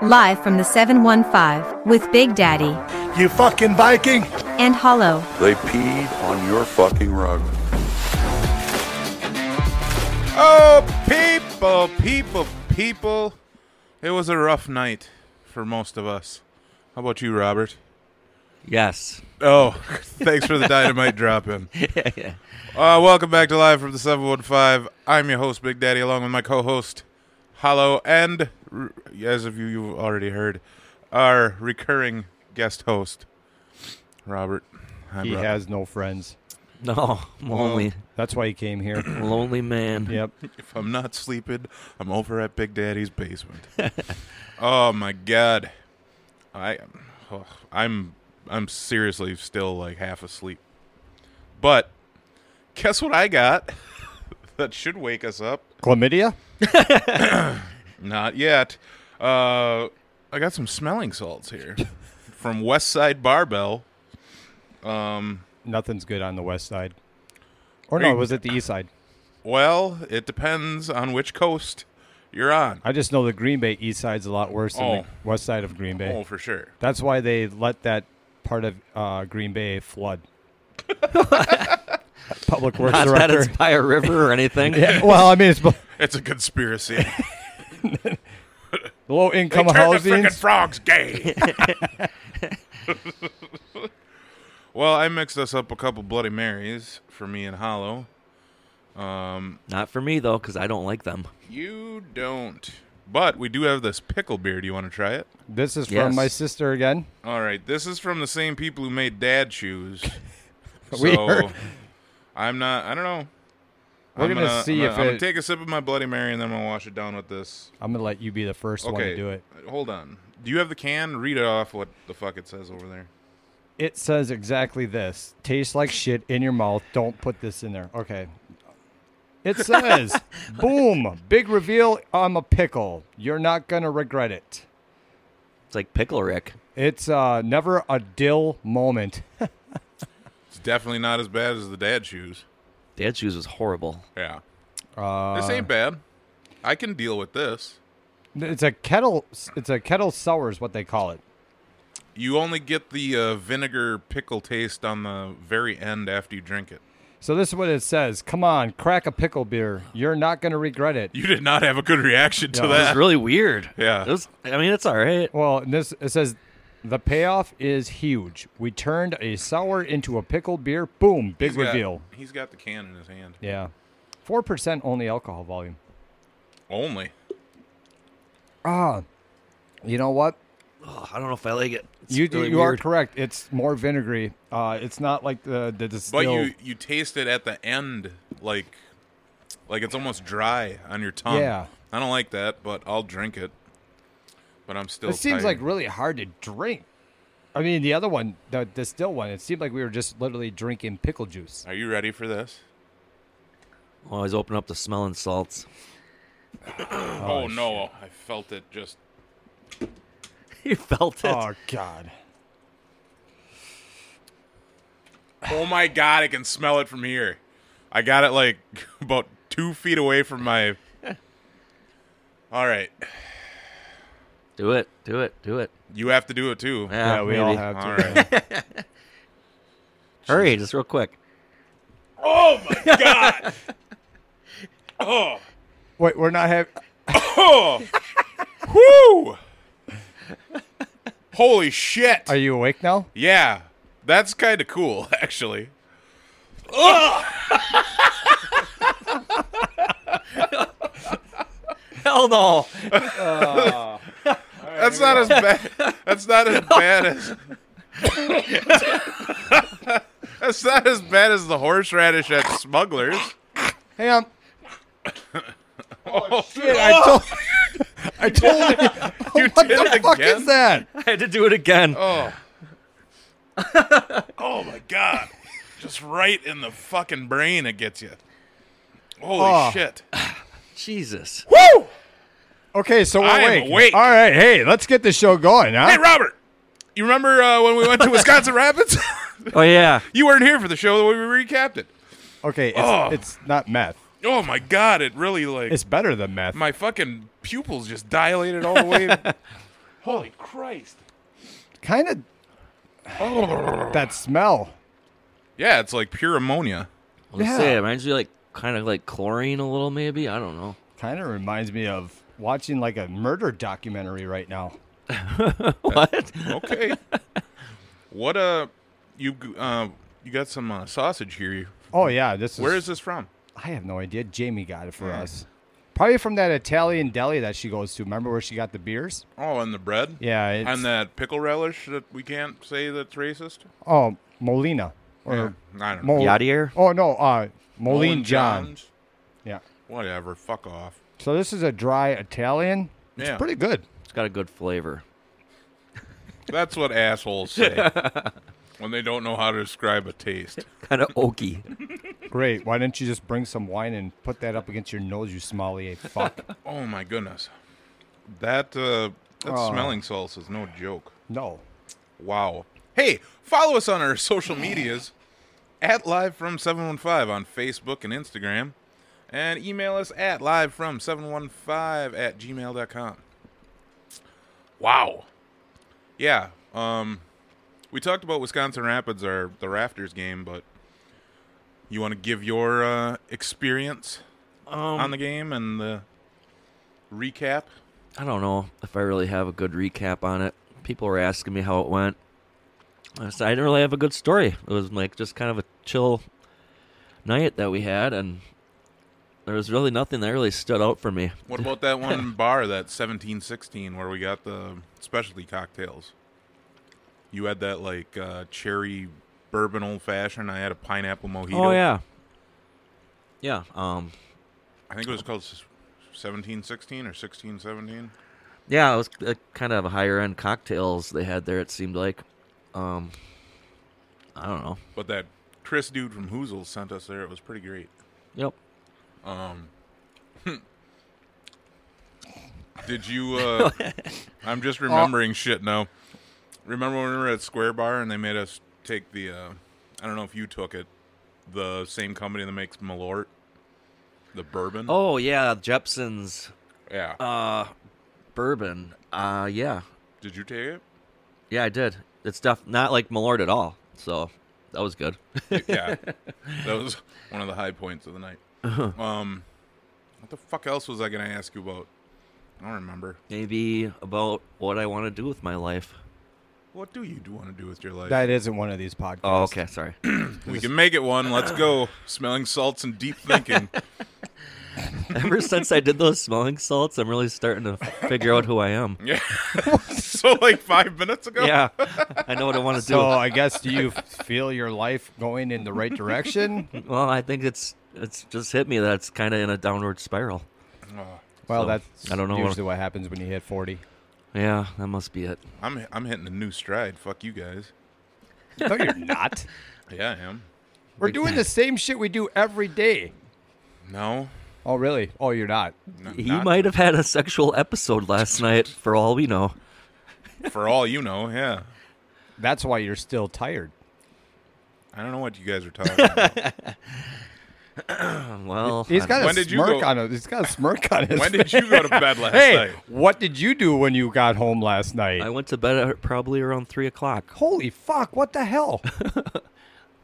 Live from the 715 with Big Daddy You fucking Viking! and Hollow. They peed on your fucking rug. Oh, people, people, people. It was a rough night for most of us. How about you, Robert? Yes. Oh, thanks for the dynamite drop in. Uh, welcome back to Live from the 715. I'm your host, Big Daddy, along with my co host, Hollow, and r- as of you, you've already heard, our recurring guest host, Robert. Hi, He Robert. has no friends. No, I'm a lonely, That's why he came here. lonely man. yep. If I'm not sleeping, I'm over at Big Daddy's basement. oh my god, I, oh, I'm, I'm seriously still like half asleep. But guess what I got? that should wake us up. Chlamydia? Not yet. Uh, I got some smelling salts here from West Side Barbell. Nothing's good on the west side. Or no, Hey. was it the east side? Well, it depends on which coast you're on. I just know the Green Bay east side's a lot worse than Oh. the west side of Green Bay. Oh, for sure. That's why they let that part of uh, Green Bay flood. Public Works Not that Director. it's by a river or anything. well, I mean, it's It's a conspiracy. low income Turn the housing. frickin' frogs gay. well, I mixed us up a couple Bloody Marys for me and Hollow. Not for me though, because I don't like them. You don't. But we do have this pickle beer. Do you want to try it? This is from Yes. my sister again. All right. This is from the same people who made dad shoes. We so heard. I'm not. I don't know. We're I'm gonna see I'm gonna, if I'm gonna it- take a sip of my Bloody Mary and then I'm gonna wash it down with this. I'm going to let you be the first one Okay. to do it. Hold on. Do you have the can? Read it off. What the fuck it says over there. It says exactly this. Tastes like shit in your mouth. Don't put this in there. Okay. It says, boom, big reveal, I'm a pickle. You're not going to regret it. It's like pickle Rick. It's uh, never a dill moment. It's definitely not as bad as the dad shoes. Dad shoes was horrible. Yeah. Uh, This ain't bad. I can deal with this. It's a kettle. It's a kettle sour is what they call it. You only get the uh, vinegar pickle taste on the very end after you drink it. So this is what it says. Come on, crack a pickle beer. You're not going to regret it. You did not have a good reaction to No, It was that. really weird. Yeah. It was, I mean, it's all right. Well, and this it says the payoff is huge. We turned a sour into a pickle beer. Boom, big He's got- reveal. he's got the can in his hand. Yeah. 4% only alcohol volume. Only. Ah. You know what? Ugh, I don't know if I like it. It's you really you are weird. correct. It's more vinegary. Uh, it's not like the the But distill. you you taste it at the end like like it's almost dry on your tongue. Yeah. I don't like that, but I'll drink it. But I'm still it seems tired. like really hard to drink. I mean, the other one, the distill one, it seemed like we were just literally drinking pickle juice. Are you ready for this? Always open up the smelling salts. Oh, no, I felt it just you felt it. Oh God! Oh my god, I can smell it from here. I got it like about two feet away from my. All right, Do it. Do it. Do it. you have to do it too. Yeah, we all maybe. have to. All right. Hurry, just real quick. oh my god. Oh. Wait, we're not having. Oh. Whoo. Holy shit. Are you awake now? Yeah, that's kind of cool actually. Hell no. That's not as bad. That's not as bad as. that's not as bad as the horseradish at Smuggler's. Hey, um. oh shit! I told. I told you. what did the it fuck again? is that? I had to do it again. Oh. oh my god. Just right in the fucking brain it gets you. Holy Oh. shit. Jesus. Woo! Okay, so we're I am awake. awake. All right, hey, let's get this show going, huh? Hey Robert. You remember uh, when we went to Wisconsin Rapids? Oh yeah. you weren't here for the show when we recapped it. okay, it's, Oh. it's not meth. Oh my god, it really like It's better than meth. my fucking pupils just dilated all the way. Holy Christ. Kind of that smell. Yeah, it's like pure ammonia. Let's Yeah. say it reminds me like kind of like chlorine a little maybe. I don't know. Kind of reminds me of watching like a murder documentary right now. What? Okay. what uh you uh you got some uh, sausage here. You Oh yeah, this is. Where is Hmm. this from? I have no idea. Jamie got it for us. Probably from that Italian deli that she goes to. Remember where she got the beers? Oh, and the bread? Yeah, it's, And that pickle relish that we can't say that's racist? oh Molina or Yeah, I don't know. Mol- Yadier? Oh no, uh, Moline Olin John. Johns? Yeah. Whatever. Fuck off. So this is a dry Italian. It's Yeah. pretty good. It's got a good flavor. That's what assholes say when they don't know how to describe a taste. Kind of oaky. Great. Why didn't you just bring some wine and put that up against your nose, you smelly fuck? Oh my goodness, that uh, that Oh. smelling salsa is no joke. no. Wow. Hey, follow us on our social medias at live from seven one five on Facebook and Instagram, and email us at live from seven one five at gmail.com. Wow. Yeah. Um, we talked about Wisconsin Rapids or the Rafters game, but you want to give your uh, experience on the game and the recap? I don't know if I really have a good recap on it. People were asking me how it went. I said I didn't really have a good story. It was like just kind of a chill night that we had, and there was really nothing that really stood out for me. What about that one bar, that 1716, where we got the specialty cocktails? You had that like uh, cherry bourbon old fashioned. I had a pineapple mojito. Oh yeah, yeah. Um, I think it was called s- 1716 or 1617. Yeah, it was uh, kind of higher end cocktails they had there. It seemed like, um, I don't know. But that Chris dude from Hoozle sent us there. It was pretty great. Yep. Did you? Uh, I'm just Oh. remembering shit now. Remember when we were at Square Bar and they made us take the? Uh, I don't know if you took it. The same company that makes Malort, the bourbon. Oh yeah, Jepson's yeah. uh, bourbon. Uh, yeah, Did you take it? yeah, I did. It's def- not like Malort at all. So that was good. yeah, that was one of the high points of the night. Um, what the fuck else was I gonna ask you about? I don't remember. Maybe about what I want to do with my life. What do you do want to do with your life? That isn't one of these podcasts. Oh, okay, sorry. we can make it one. Let's go. Smelling salts and deep thinking. Ever since I did those smelling salts, I'm really starting to figure out who I am. yeah. so like five minutes ago. Yeah, I know what I want to do. So uh, I guess do you feel your life going in the right direction? Well, I think it's it's just hit me that it's kind of in a downward spiral. Well, So, that's I don't know what- usually what happens when you hit 40. Yeah, that must be it. I'm I'm hitting a new stride. Fuck you guys. No, you're not. Yeah, I am. We're doing the same shit we do every day. No. Oh, really? Oh, you're not. no He not- might have had a sexual episode last night, for all we know. For all you know, yeah. That's why you're still tired. I don't know what you guys are talking about. Well, He's I got a When did you smirk go- on it. He's got a smirk on his when face. did you go to bed last Hey, night? what did you do when you got home last night? I went to bed at probably around three o'clock. Holy fuck! What the hell?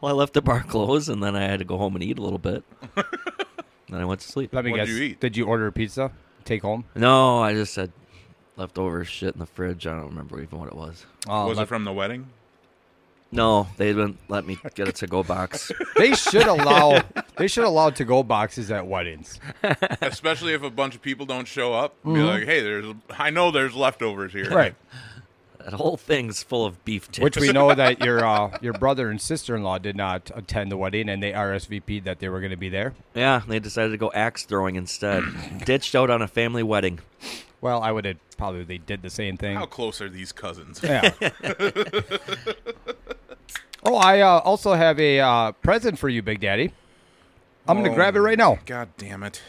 Well, I left the bar closed, and then I had to go home and eat a little bit. then I went to sleep. Let me What did guess. you eat? Did you order a pizza? Take home? No, I just had leftover shit in the fridge. I don't remember even what it was. Oh, was let- it from the wedding? No, they didn't let me get a to-go box. they should allow they should allow to go boxes at weddings. especially if a bunch of people don't show up. Be Mm-hmm. like, hey, there's I know there's leftovers here. that whole thing's full of beef tips. Which we know that your uh, your brother and sister in law did not attend the wedding, and they RSVP'd that they were going to be there. yeah, they decided to go axe throwing instead. Ditched out on a family wedding. Well, I would have probably they did the same thing. How close are these cousins? Yeah. oh, I uh, also have a uh, present for you, Big Daddy. I'm going to grab it right now. God damn it.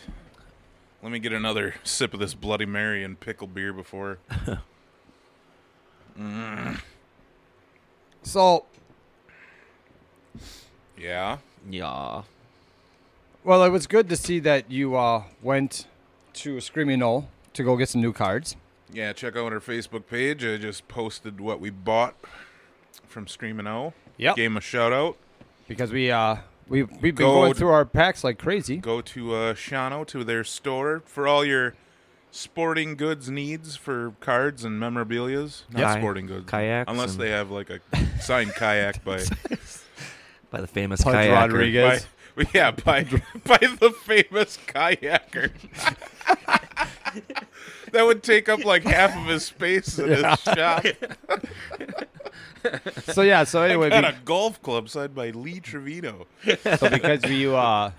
Let me get another sip of this Bloody Mary and pickle beer before. So, Yeah. Yeah. well, it was good to see that you uh, went to Screaming Knoll to go get some new cards. Yeah, check out our Facebook page. I just posted what we bought from Screaming Owl. Yep. Gave him a shout out. Because we uh we we've been Go going to- through our packs like crazy. Go to uh, Shano to their store for all your sporting goods needs for cards and memorabilia's. Not Ki- sporting goods. kayaks Unless and- they have like a signed kayak by by the famous Pudge kayaker. Rodriguez. Yes. By, yeah, by by the famous kayaker. that would take up like half of his space in his shop. So yeah, so anyway, At be- a golf club signed by Lee Trevino. so because we uh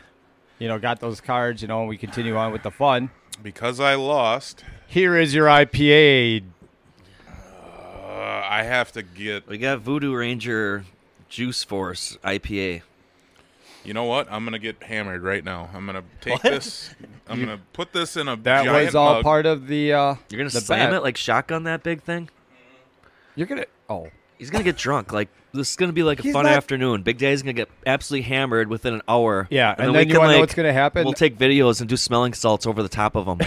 you know got those cards, you know, and we continue on with the fun. Because I lost, Here is your IPA. uh, I have to get. We got Voodoo Ranger Juice Force IPA. You know what? I'm gonna get hammered right now. I'm gonna take this. I'm gonna put this in a That giant was all mug. part of the uh You're gonna the slam bet. it like shotgun that big thing. You're going to Oh. He's gonna get drunk. Like this is gonna be like a He's fun not- afternoon. Big Daddy's gonna get absolutely hammered within an hour. Yeah, and we then you can, wanna know like, what's gonna happen? We'll take videos and do smelling salts over the top of them.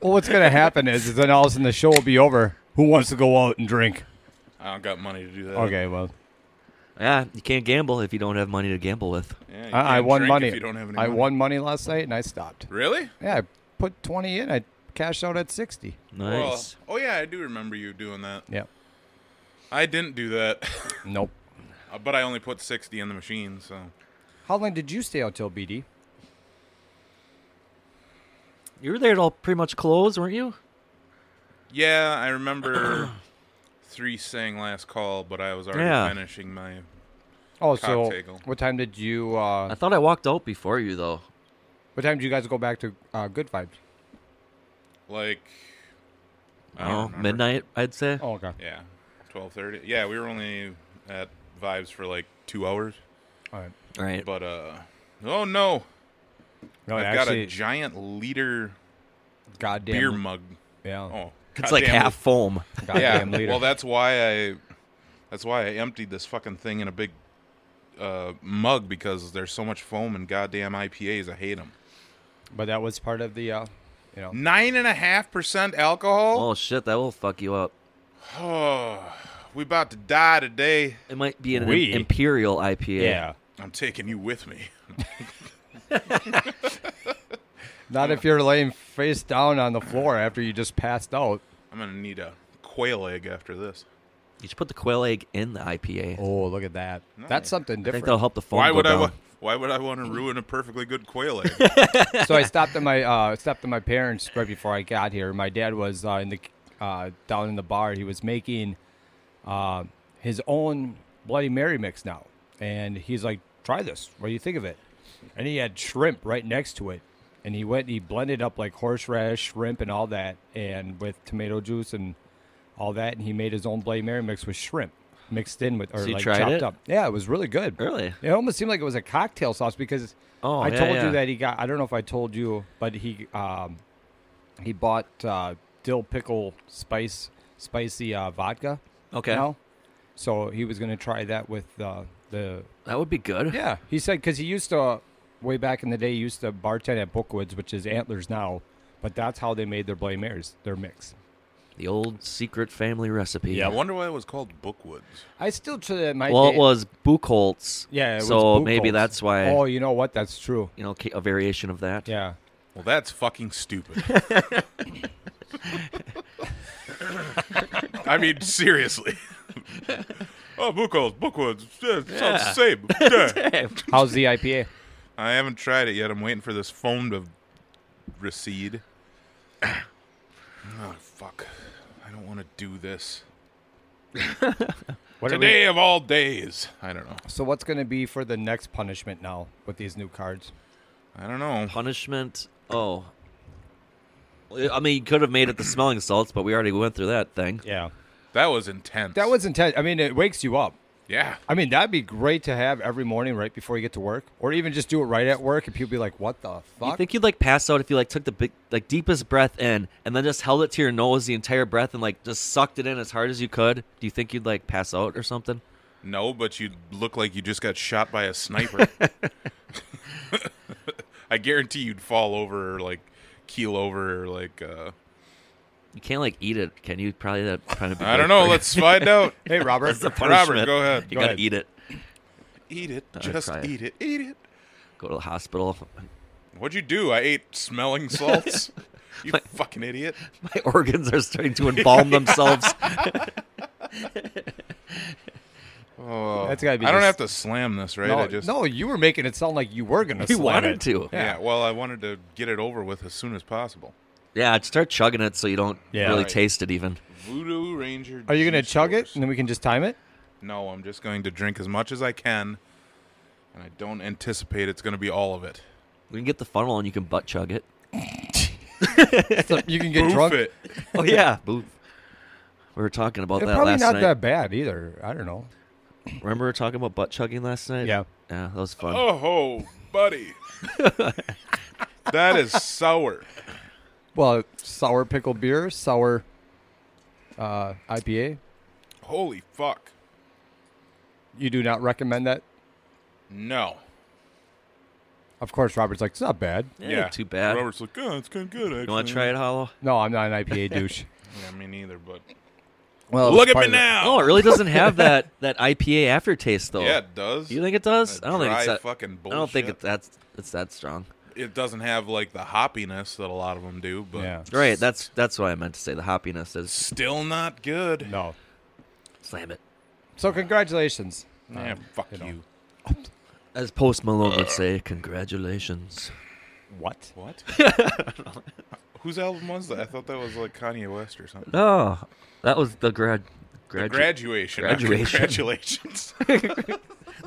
Well, what's going to happen is, is then all of a sudden the show will be over. Who wants to go out and drink? I don't got money to do that. Okay, well, yeah, you can't gamble if you don't have money to gamble with. Yeah, you I, I can't won drink money. If you don't have any I money. won money last night and I stopped. Really? Yeah, I put 20 in. I cashed out at 60. Nice. Well, oh yeah, I do remember you doing that. Yeah. I didn't do that, Nope. but I only put sixty in the machine. So How long did you stay out till BD? you were there at all pretty much close, weren't you? yeah, I remember three saying last call, but I was already Yeah. finishing my. Oh, Cocktail. so what time did you? Uh, I thought I walked out before you though. what time did you guys go back to uh, Good Vibes? like don't I don't know, remember. Oh, midnight, I'd say. Oh, okay. yeah 12:30 yeah we were only at vibes for like 2 hours All right. Right. but uh oh no No, I've got a actually, giant liter goddamn beer mug Yeah. oh it's like goddamn- half foam. yeah Goddamn leader. well that's why I that's why I emptied this fucking thing in a big uh, mug because there's so much foam in goddamn IPAs I hate them but that was part of the. Uh, you know. nine and a half percent alcohol Oh shit, that will fuck you up. oh we about to die today It might be an We- imperial IPA. I'm taking you with me Not if you're laying face down on the floor after you just passed out. I'm gonna need a quail egg after this. You should put the quail egg in the IPA. Oh, look at that. That's something I think different. that'll help the foam. why go would I? down. Wa- why would I want to ruin a perfectly good quail egg? so I stopped at my uh, stopped at my parents right before I got here. My dad was uh, in the uh, down in the bar. He was making uh, his own Bloody Mary mix now, and he's like, "Try this. What do you think of it?" And he had shrimp right next to it, and he went and he blended up like horseradish, shrimp, and all that, and with tomato juice and all that, and he made his own Bloody Mary mix with shrimp mixed in with or So you like tried chopped it? up. Yeah, it was really good. Really? It almost seemed like it was a cocktail sauce because Oh, I yeah, told yeah. you that he got. I don't know if I told you, but he um, he bought uh, dill pickle spice spicy uh, vodka. Okay. now. so he was going to try that with uh, the That would be good. yeah. He said because he used to uh, way back in the day he used to bartend at Bookwoods, which is Antlers now, but that's how they made their Bloody Marys, their mix. The old secret family recipe. I wonder why it was called Bookwoods. I still try that. My Well, it day- was Buchholz. yeah. It was so maybe Buchholz. that's why Oh, you know what? That's true. you know ca- a variation of that. Yeah. Well, that's fucking stupid. I mean, seriously. oh, Buchholz, Bookwoods. Yeah, it sounds the same. Yeah. How's the IPA? I haven't tried it yet. I'm waiting for this phone to recede. oh fuck! I don't want to do this What are we- today of all days. I don't know. So what's going to be for the next punishment now with these new cards? I don't know. Punishment. Oh. I mean, you could have made it the smelling salts, but we already went through that thing. Yeah, That was intense. that was intense. I mean, it wakes you up. yeah. I mean, that'd be great to have every morning right before you get to work, or even just do it right at work, and people be like, "What the fuck?" You think you'd like pass out if you like took the big, like deepest breath in, and then just held it to your nose the entire breath, and like just sucked it in as hard as you could? Do you think you'd like pass out or something? No, but you look like you just got shot by a sniper. I guarantee you'd fall over or like keel over or like uh You can't like eat it, can you? Probably that kind of. I don't know. Let's find out. Hey, Robert. That's the Robert, punishment. go ahead, You go gotta ahead. eat it. Eat it. I'd Just try it. eat it. Eat it. Go to the hospital. What'd you do? I ate smelling salts. you fucking idiot. My organs are starting to embalm themselves. Oh, That's gotta be I don't just- have to slam this, right? no, I just no, you were making it sound like you were gonna. You slam wanted it. to. Yeah. Well, I wanted to get it over with as soon as possible. Yeah, I'd start chugging it so you don't Yeah. really Right. taste it even. Voodoo Ranger. Are you gonna juice chug it source. and then we can just time it? No, I'm just going to drink as much as I can, and I don't anticipate it's going to be all of it. We can get the funnel and you can butt chug it. So you can get Oof drunk. it. Oh yeah. Boof. We were talking about It's that probably last not night. that bad either. I don't know. Remember we were talking about butt chugging last night? Yeah. Yeah, that was fun. Oh, ho, buddy. that is sour. Well, sour pickle beer, sour uh, IPA. Holy fuck. You do not recommend that. No. Of course, Robert's like, it's not bad. Yeah, ain't Too bad. Robert's like, oh, it's kind of good, actually. you want to try it, Hollow? No, I'm not an IPA douche. Yeah, me neither, but. Well, Look at part me of it. now. Oh, it really doesn't have that that IPA aftertaste though. Yeah, it does. Oh. You think it does? That I don't think dry it's that. fucking I don't think bullshit. it's that's it's that strong. It doesn't have, like, the hoppiness that a lot of them do, but Yeah. Right. That's that's what I meant to say. The hoppiness is still not good. No. slam it. So congratulations. Yeah, fuck you. you know. As Post Malone Uh. would say, congratulations. What? What? Whose album was that? I thought that was, like, Kanye West or something. Oh, that was the grad, gradu- Graduation. not Graduation. Congratulations.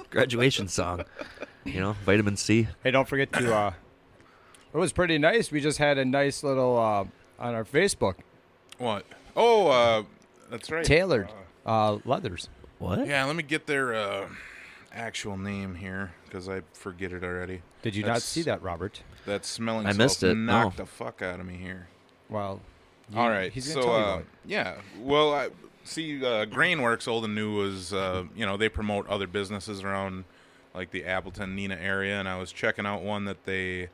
graduation song. You know, vitamin C. Hey, don't forget to. Uh, it was pretty nice. We just had a nice little uh, on our Facebook what? Oh, uh, that's right. tailored uh, leathers. What? Yeah, let me get their uh, actual name here because I forget it already. Did you not That's- see that, Robert? That smelling I salt missed it, Knocked no. the fuck out of me here. Well, All right, he's so gonna tell you uh, about it. yeah, well, I, see, uh, Grainworks, old and new, was uh, you know they promote other businesses around like the Appleton, Nina area, and I was checking out one that they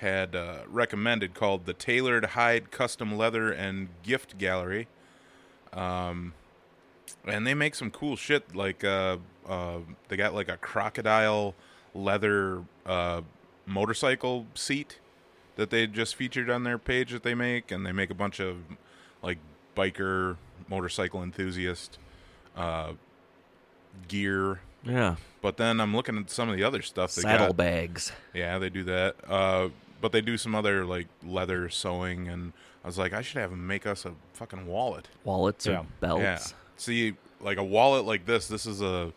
had uh, recommended called the Tailored Hide Custom Leather and Gift Gallery. Um, and they make some cool shit. Like uh, uh, they got like a crocodile leather uh, motorcycle seat that they just featured on their page that they make, and they make a bunch of like biker motorcycle enthusiast uh, gear. Yeah. But then I'm looking at some of the other stuff. They got. Saddlebags. Yeah, they do that. Uh, but they do some other like leather sewing, and I was like, I should have them make us a fucking wallet. Wallets Yeah. or belts. Yeah. See, like a wallet like this, this is a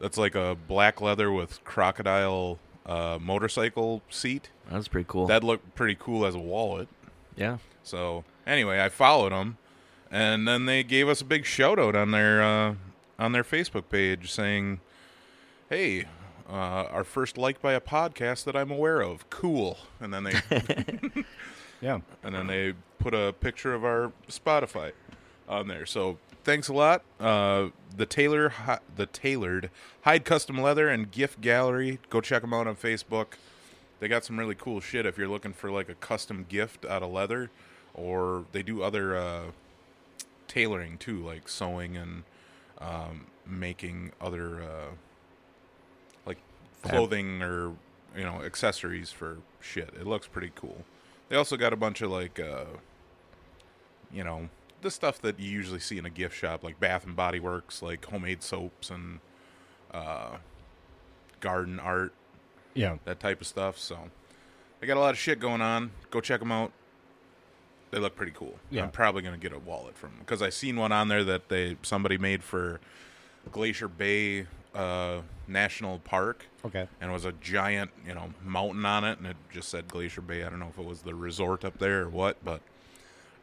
that's like a black leather with crocodile uh, motorcycle seat. That was pretty cool. That looked pretty cool as a wallet. yeah. So anyway, I followed them, and then they gave us a big shout out on their uh, on their Facebook page saying, "Hey." Uh, our first like by a podcast that I'm aware of. Cool. And then they yeah. and then they put a picture of our Spotify on there. So thanks a lot. Uh, the Taylor, Hi- the tailored Hyde Custom Leather and Gift Gallery. Go check them out on Facebook. They got some really cool shit if you're looking for like a custom gift out of leather, or they do other uh, tailoring too, like sewing and um, making other uh, like clothing or you know accessories for shit. It looks pretty cool. They also got a bunch of like uh, you know the stuff that you usually see in a gift shop, like Bath and Body Works, like homemade soaps and uh, garden art Yeah. that type of stuff. So they got a lot of shit going on. Go check them out. They look pretty cool. Yeah. I'm probably gonna get a wallet from because I seen one on there that they somebody made for Glacier Bay uh, National Park, Okay. and it was a giant you know mountain on it, and it just said Glacier Bay. I don't know if it was the resort up there or what, but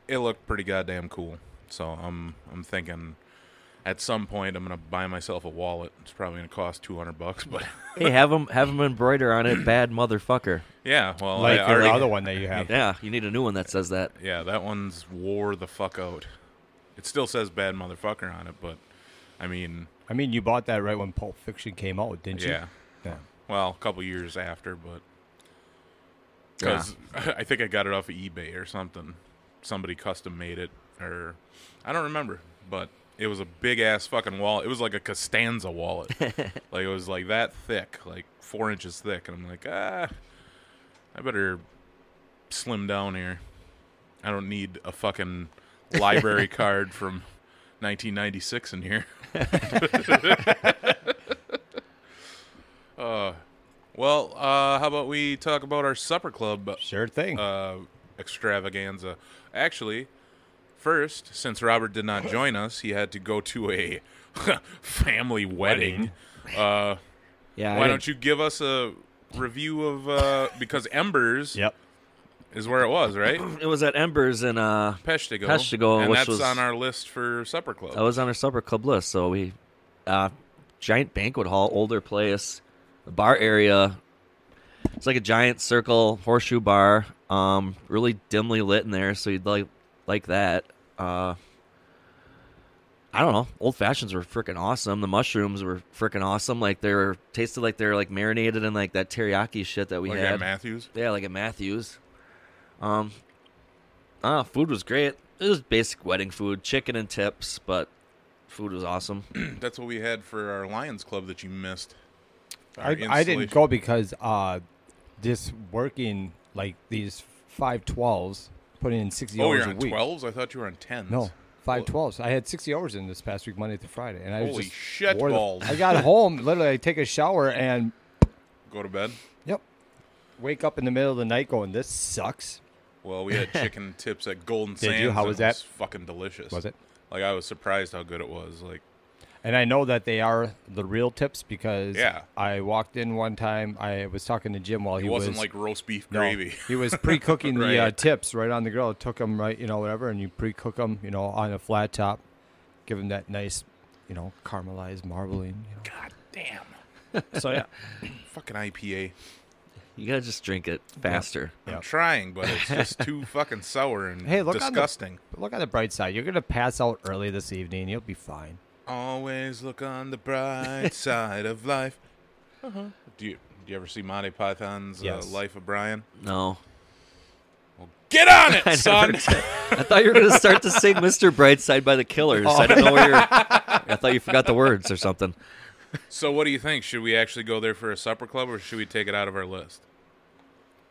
it looked pretty goddamn cool. So I'm I'm thinking at some point I'm gonna buy myself a wallet. It's probably gonna cost 200 bucks, but Hey, have them have them embroider on it. Bad motherfucker. yeah, well Like I your already- other one that you have. Yeah. You need a new one that says that. Yeah, that one's wore the fuck out. It still says bad motherfucker on it, but I mean, I mean, you bought that right when Pulp Fiction came out, didn't you? yeah. Yeah. Well, a couple years after, but because I think I got it off of eBay or something. Somebody custom made it or I don't remember, but it was a big ass fucking wallet. It was like a Costanza wallet. like it was like that thick, like four inches thick. And I'm like, ah, I better slim down here. I don't need a fucking library card from 1996 in here. uh, well, uh, how about we talk about our supper club Sure thing. uh, extravaganza. Actually, first, since Robert did not join us, he had to go to a family wedding. Uh, Yeah. why don't you give us a review of uh, because Embers yep. is where it was, right? It was at Embers in uh, Peshtigo. Peshtigo, and which that's was- on our list for supper club. I was on our supper club list, so we uh giant banquet hall, older place, the bar area. It's like a giant circle horseshoe bar, um, really dimly lit in there, so you'd like like that. Uh I don't know. Old fashions were freaking awesome. The mushrooms were freaking awesome. Like they were tasted like they were like marinated in like that teriyaki shit that we like had. at Oh, Matthews. Yeah, like at Matthews. Um, ah, food was great. It was basic wedding food, chicken and tips, but food was awesome. That's what we had for our Lions Club that you missed. Our I, I didn't installation. go because uh, just working like these five twelves, putting in sixty Oh, hours you're a on week. twelves. I thought you were on tens. No, five twelves. I had sixty hours in this past week, Monday through Friday, and I was Holy just shit wore the- balls. I got home literally. I take a shower and Go to bed. yep, wake up in the middle of the night going, "This sucks." Well, we had chicken tips at Golden Did you? Sands. How and was it that? Was fucking delicious. Was it? Like I was surprised how good it was. Like And I know that they are the real tips because Yeah. I walked in one time. I was talking to Jim while it he wasn't was like roast beef No, gravy. he was pre-cooking Right. the uh, tips right on the grill. Took them right, you know, whatever, and you pre-cook them, you know, on a flat top. Give them that nice, you know, caramelized marbling. You God damn. know. So yeah, Fucking IPA. You gotta just drink it faster. I'm Yeah. trying, but it's just too fucking sour and hey, look disgusting. on the look on the bright side. You're gonna pass out early this evening. You'll be fine. Always look on the bright side of life. Uh-huh. Do you do you ever see Monty Python's Yes. uh, Life of Brian? No, Get on I it, never son. did. I thought you were gonna start to sing "Mr. Brightside" by the Killers. I don't know where you're. I thought you forgot the words or something. so, what do you think? Should we actually go there for a supper club, or should we take it out of our list?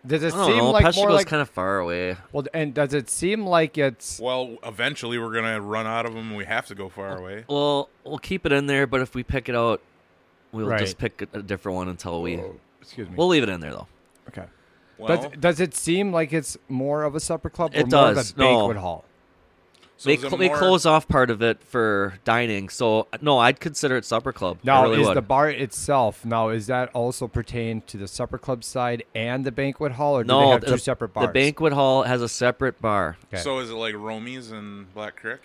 Does it I don't seem know. like more Peshtigo's like kind of far away. well? And does it seem like it's Well, eventually we're gonna run out of them. and We have to go far away. Well, we'll keep it in there, but if we pick it out, we'll Right. just pick a a different one until we. excuse me? We'll leave it in there though. okay. Well, does, does it seem like it's more of a supper club or It more does, of a no. banquet hall? so they, is it cl- they more- close off part of it for dining. So no, I'd consider it supper club. I Now really is would. the bar itself now is that also pertain to the supper club side and the banquet hall, or do they no have the, two separate bars? The banquet hall has a separate bar. Okay. So is it like Romy's and Black Creek?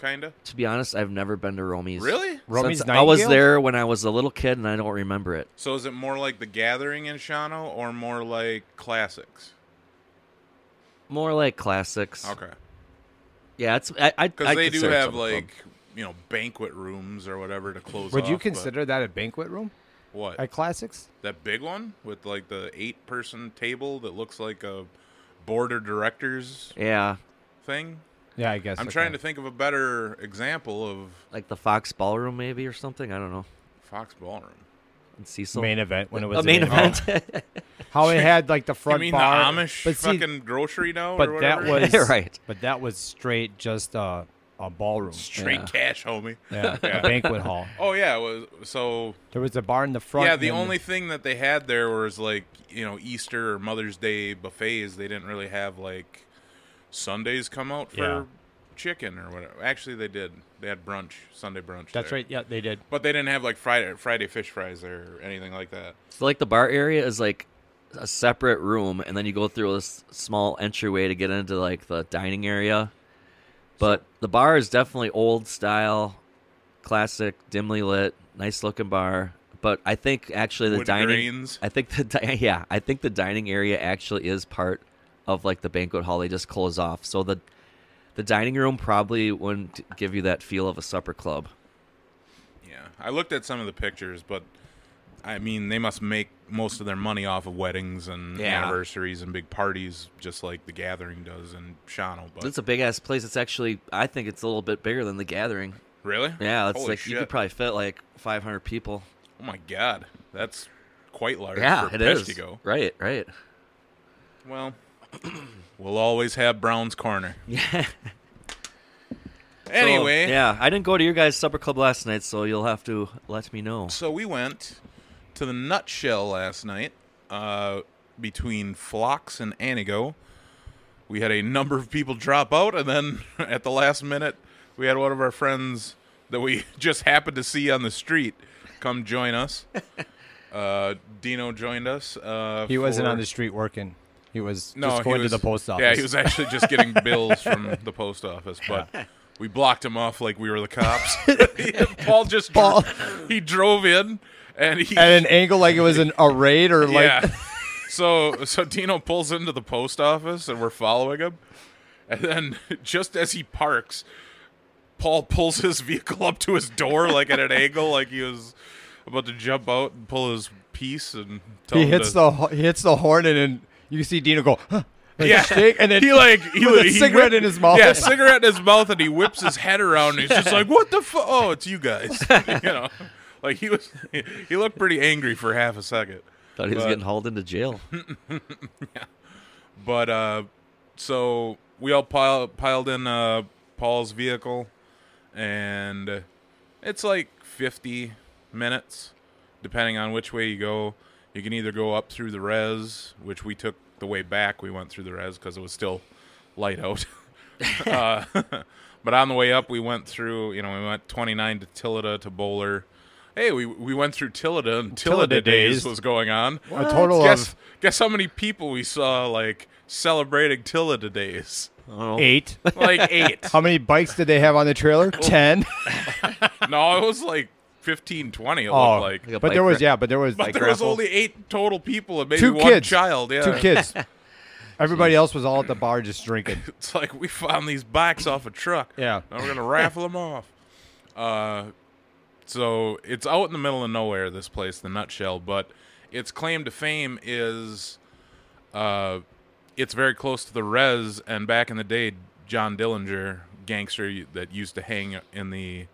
Kinda. To be honest, I've never been to Romy's. Really? Romy's Since I was Nightingale? there when I was a little kid, and I don't remember it. So is it more like the Gathering in Shano, or more like classics? More like classics. Okay, Yeah, it's I. I because I'd they do consider it have supper club. like you know banquet rooms or whatever to close. Would you off, but- consider that a banquet room what at Classics? that big one with like the eight-person table that looks like a board of directors Yeah, thing? Yeah, I guess. I'm trying to think of a better example of like the Fox Ballroom maybe or something. I don't know. Fox Ballroom. And Cecil. main event when it was a main event. How it had like the You front mean bar, the Amish but see, fucking grocery now? or but that whatever? was Right. But that was straight just uh, a ballroom, straight Yeah. cash, homie. yeah, a banquet hall. Oh yeah, it was so There was a bar in the front. Yeah, and the then only thing that they had there was like you know Easter or Mother's Day buffets. They didn't really have like Sundays come out for Yeah. chicken or whatever. Actually, they did. They had brunch Sunday brunch. That's there. right. Yeah, they did. But they didn't have like Friday Friday fish fries there or anything like that. So like the bar area is like a separate room, and then you go through this small entryway to get into like the dining area. But the bar is definitely old style, classic, dimly lit, nice looking bar. But I think actually the Wood dining, grains. I think the di- yeah, I think the dining area actually is part of like the banquet hall. They just close off, so the the dining room probably wouldn't give you that feel of a supper club. Yeah, I looked at some of the pictures, but I mean, they must make most of their money off of weddings and Yeah. anniversaries and big parties, just like The Gathering does in Shano. But It's a big ass place. It's actually, I think it's a little bit bigger than the Gathering. really, Yeah, it's Holy like you shit. could probably fit like 500 people. Oh my god, that's quite large. Yeah, for it is. Peshtigo. Right, right. Well, we'll always have Brown's Corner. Yeah. So, Anyway, yeah, I didn't go to your guys' supper club last night, so you'll have to let me know. So we went to the Nutshell last night uh, between Phlox and Anigo. We had a number of people drop out, and then at the last minute, we had one of our friends that we just happened to see on the street come join us. Uh, Dino joined us. Uh, He wasn't for- on the street working. He was no, just he going was- to the post office. Yeah, he was actually just getting bills from the post office, but we blocked him off like we were the cops. Paul just Paul. he drove in and he at an angle like it was an, a raid or like yeah. so so Dino pulls into the post office and we're following him, and then just as he parks, Paul pulls his vehicle up to his door like at an angle, like he was about to jump out and pull his piece and tell he him hits to- the ho- he hits the horn and then you see Dino go huh, like Yeah. shake and then he like he, with a he cigarette whip- in his mouth. Yeah, cigarette in his mouth, and he whips his head around. and He's just like, "What the fu Oh, it's you guys." you know, like he was. He looked pretty angry for half a second. Thought he was But- getting hauled into jail. But uh, so we all pile, piled in uh, Paul's vehicle, and it's like 50 minutes, depending on which way you go. You can either go up through the res, which we took the way back. We went through the res because it was still light out. uh, but on the way up, we went through. You know, we went 29 to Tillida to Bowler. Hey, we we went through Tillida, and Tillida, days. Tillida days. was going on a total guess of guess how many people we saw like celebrating Tillida days? Oh, eight. Like eight. How many bikes did they have on the trailer? Oh. Ten. no, it was like 15, 20 it Oh, looked like. Like a but there bike was rack. yeah, but there was But like there was only eight total people and maybe two one kids, child. Yeah. two kids. Everybody else was all at the bar just drinking. It's like we found these bikes off a truck. Yeah. Now we're gonna raffle them off. Uh, so it's out in the middle of nowhere. This place, the Nutshell, but its claim to fame is, uh, it's very close to the Res. And back in the day, John Dillinger, gangster y- that used to hang in the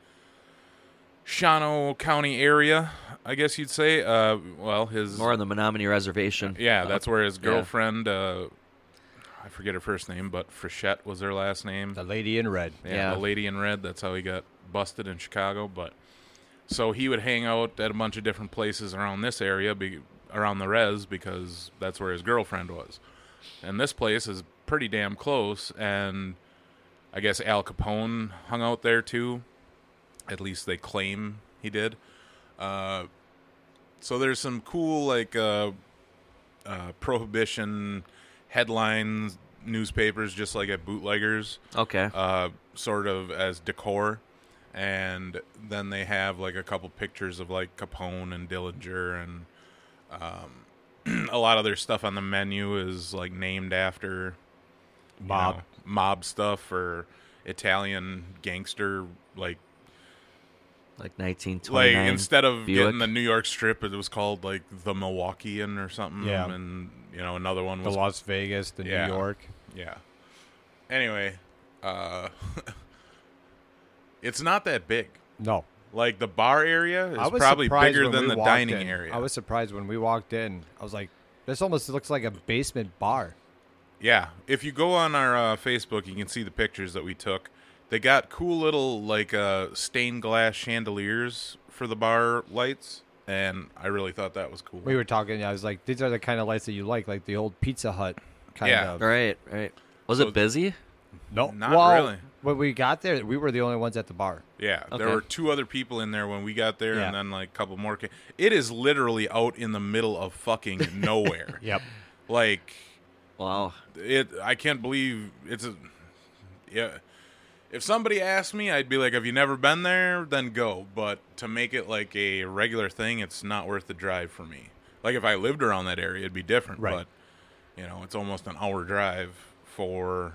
Shawano County area, I guess you'd say. Uh, well, his More on the Menominee Reservation. yeah, that's where his yeah. girlfriend. Uh, I forget her first name, but Frechette was her last name. The lady in red. Yeah, Yeah. the lady in red. That's how he got busted in Chicago. But so he would hang out at a bunch of different places around this area, be, around the res, because that's where his girlfriend was. And this place is pretty damn close. And I guess Al Capone hung out there too. At least they claim he did. Uh, so there's some cool like uh, uh, prohibition headlines, newspapers, just like at bootleggers Okay. uh, sort of as decor, and then they have like a couple pictures of like Capone and Dillinger, and um, a lot of their stuff on the menu is like named after you Mob. know, mob stuff or Italian gangster like like 1929. like instead of Buick. getting the New York Strip, it was called like the Milwaukeean or something, Yeah. and you know another one The was Las Vegas, the Yeah. New York. Yeah. Anyway, uh it's not that big. No. Like the bar area I is was probably surprised bigger when than we the walked dining in. area. I was surprised when we walked in. I was like, this almost looks like a basement bar. yeah. If you go on our uh, Facebook, you can see the pictures that we took. They got cool little like uh stained glass chandeliers for the bar lights, and I really thought that was cool. We were talking. I was like, these are the kind of lights that you like, like the old Pizza Hut kind Yeah. of. Right, right. Was So- it busy? No, Not well, really. When we got there, we were the only ones at the bar. Yeah, there Okay. were two other people in there when we got there, Yeah. and then like a couple more. Ca- it is literally out in the middle of fucking nowhere. Yep. Like Wow. it i can't believe it's a yeah if somebody asked me i'd be like have you never been there then go but to make it like a regular thing it's not worth the drive for me like if i lived around that area it'd be different Right. but you know it's almost an hour drive for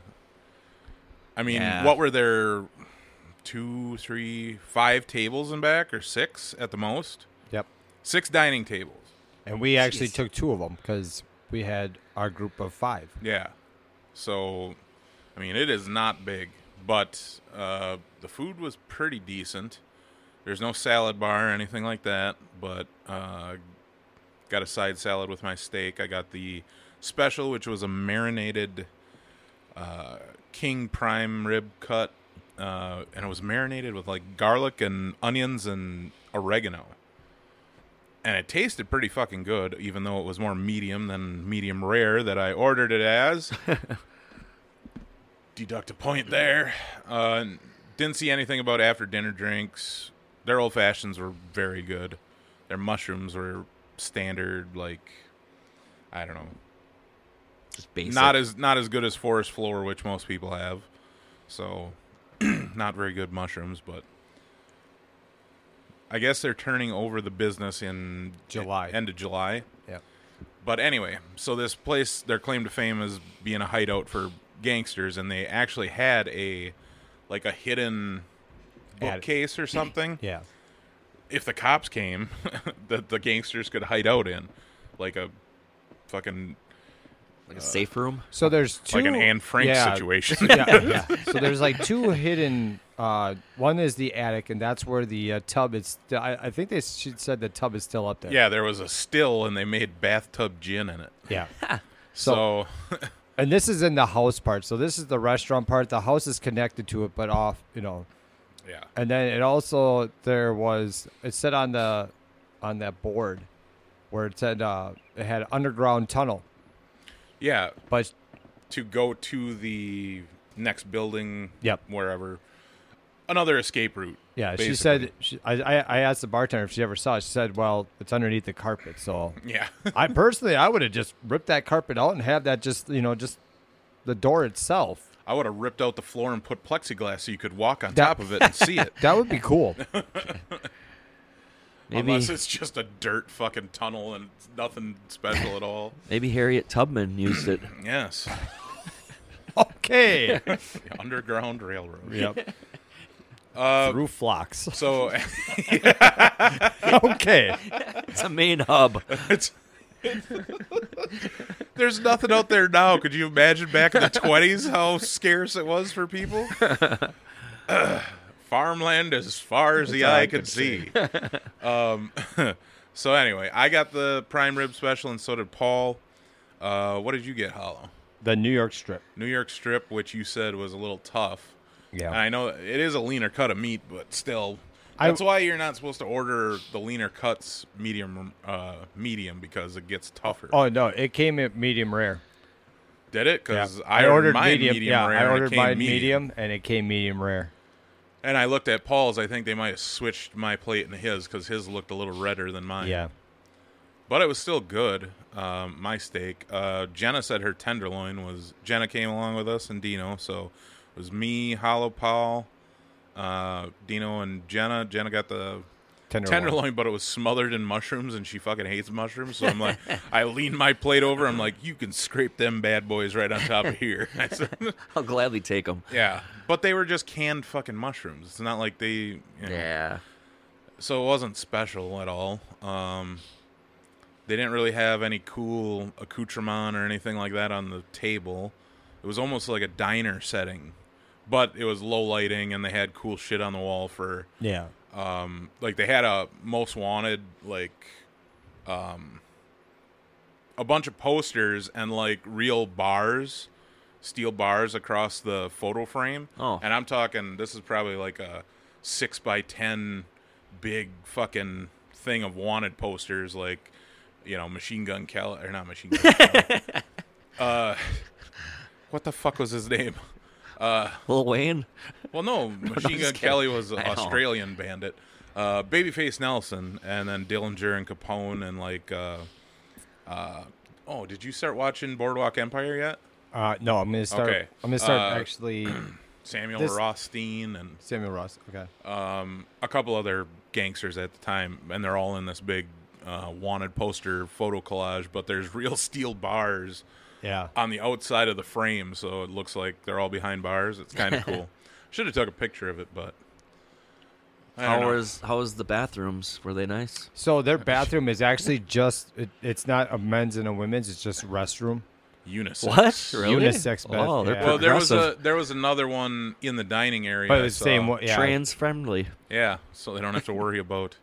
i mean Yeah. what were there two three five tables in back or six at the most Yep. Six dining tables. And we actually took two of them because we had our group of five. Yeah. So, I mean, it is not big, but uh, the food was pretty decent. There's no salad bar or anything like that, but uh, got a side salad with my steak. I got the special, which was a marinated uh, king prime rib cut, uh, and it was marinated with like garlic and onions and oregano. And it tasted pretty fucking good, even though it was more medium than medium rare that I ordered it as. Deduct a point there. Uh, didn't see anything about after dinner drinks. Their old fashions were very good. Their mushrooms were standard, like I don't know, Just basic. not as not as good as forest floor, which most people have. So, not very good mushrooms, but I guess they're turning over the business in July. end of July. Yep. But anyway, so this place, their claim to fame is being a hideout for gangsters, and they actually had a like a hidden Attic. bookcase or something Yeah. if the cops came that the gangsters could hide out in like a fucking like a uh, safe room. So there's two. like an Anne Frank yeah, situation yeah, yeah. So there's like two hidden. Uh, one is the attic, and that's where the uh, tub is. St- I, I think they s- said the tub is still up there. Yeah, there was a still, and they made bathtub gin in it. Yeah. So, And this is in the house part. So this is the restaurant part. The house is connected to it, but off, you know. yeah, And then it also there was it said on the on that board where it said uh, it had underground tunnel, yeah, but to go to the next building, Yep. wherever, another escape route. yeah, she basically. said she, I, I I asked the bartender if she ever saw it. She said, "Well, it's underneath the carpet." So yeah, I personally I would have just ripped that carpet out and have that just you know just the door itself. I would have ripped out the floor and put plexiglass so you could walk on That- top of it and see it. That would be cool. Maybe Unless it's just a dirt fucking tunnel and it's nothing special at all. maybe Harriet Tubman used it. Yes, okay. the Underground Railroad. Yep. Uh, Through flocks. so okay. It's a main hub. It's There's nothing out there now. Could you imagine back in the 20s how scarce it was for people? Ugh. farmland as far as the eye could see. um, so anyway, I got the prime rib special, and so did Paul. Uh, what did you get, Hollow? The New York Strip. New York strip, which you said was a little tough. Yeah. And I know it is a leaner cut of meat, but still, I- that's why you're not supposed to order the leaner cuts medium, uh, medium because it gets tougher. Oh no, it came at medium rare. Did it? Because I, ordered mine medium, yeah, rare. I and it ordered came mine medium and it came medium rare. And I looked at Paul's. I think they might have switched my plate and his because his looked a little redder than mine. Yeah. But it was still good. Um, my steak. Uh, Jenna said her tenderloin was. Jenna came along with us and Dino. So it was me, Hollow Paul, uh, Dino, and Jenna. Jenna got the Tenderloin. tenderloin, but it was smothered in mushrooms, and she fucking hates mushrooms. So I'm like, I lean my plate over. I'm like, you can scrape them bad boys right on top of here. I said, I'll gladly take them. yeah, but they were just canned fucking mushrooms. It's not like they. you know. Yeah. So it wasn't special at all. Um, they didn't really have any cool accoutrement or anything like that on the table. It was almost like a diner setting, but it was low lighting and they had cool shit on the wall for Yeah. um, like they had a most wanted like um a bunch of posters and like real bars steel bars across the photo frame Oh. and i'm talking this is probably like a six by ten big fucking thing of wanted posters like you know machine gun kelly or not machine gun kelly uh what the fuck was his name Lil Wayne. well, no, Machine just Gun kidding. Kelly was an I know. Australian bandit. Uh, Babyface Nelson, and then Dillinger and Capone, and like, uh, uh, oh, did you start watching Boardwalk Empire yet? Uh, no, I'm gonna start. Okay. I'm gonna start Uh, actually. Samuel This- Rothstein and Samuel Ross. Okay. a couple other gangsters at the time, and they're all in this big uh, wanted poster photo collage. But there's real steel bars yeah. on the outside of the frame, so it looks like they're all behind bars. It's kind of cool. Should have took a picture of it, but don't know. How was how was the bathrooms? Were they nice? So their bathroom is actually just it, it's not a men's and a women's, it's just restroom. Unisex. What? Really? Unisex bath- Oh, they're yeah. Well, there was a progressive. there was another one in the dining area. But I it's the same saw. one yeah. trans friendly. Yeah, so they don't have to worry about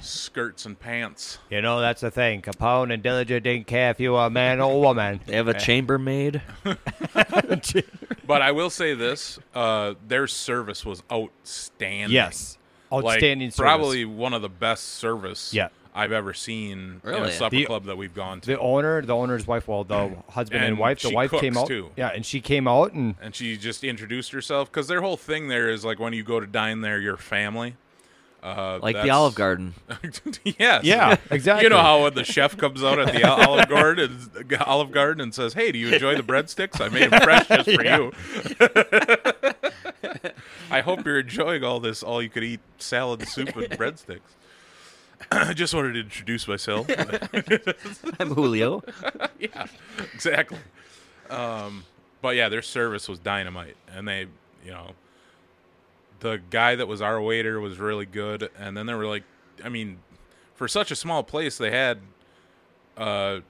skirts and pants. You know, that's the thing. Capone and Dillinger didn't care if you were a man or a woman. They have a chambermaid. But I will say this: uh, their service was outstanding. Yes. Like, Outstanding service. Probably one of the best service Yeah. I've ever seen in a Really? supper The- club that we've gone to. the owner, the owner's wife, well, the husband and, And wife, the she wife came cooks, out. too. Yeah, and she came out and and she just introduced herself because their whole thing there is like when you go to dine there, your family. Uh, Like the that's- Olive Garden. yes. Yeah, exactly. You know how when the chef comes out at the Ol- Olive Garden, Olive Garden, and says, "Hey, do you enjoy the breadsticks? I made them fresh just for you." I hope you're enjoying all this all-you-could-eat salad, soup, and breadsticks. I just wanted to introduce myself. I'm Julio. yeah, exactly. Um, but yeah, their service was dynamite, and they, you know, the guy that was our waiter was really good, and then there were like, I mean, for such a small place, they had uh,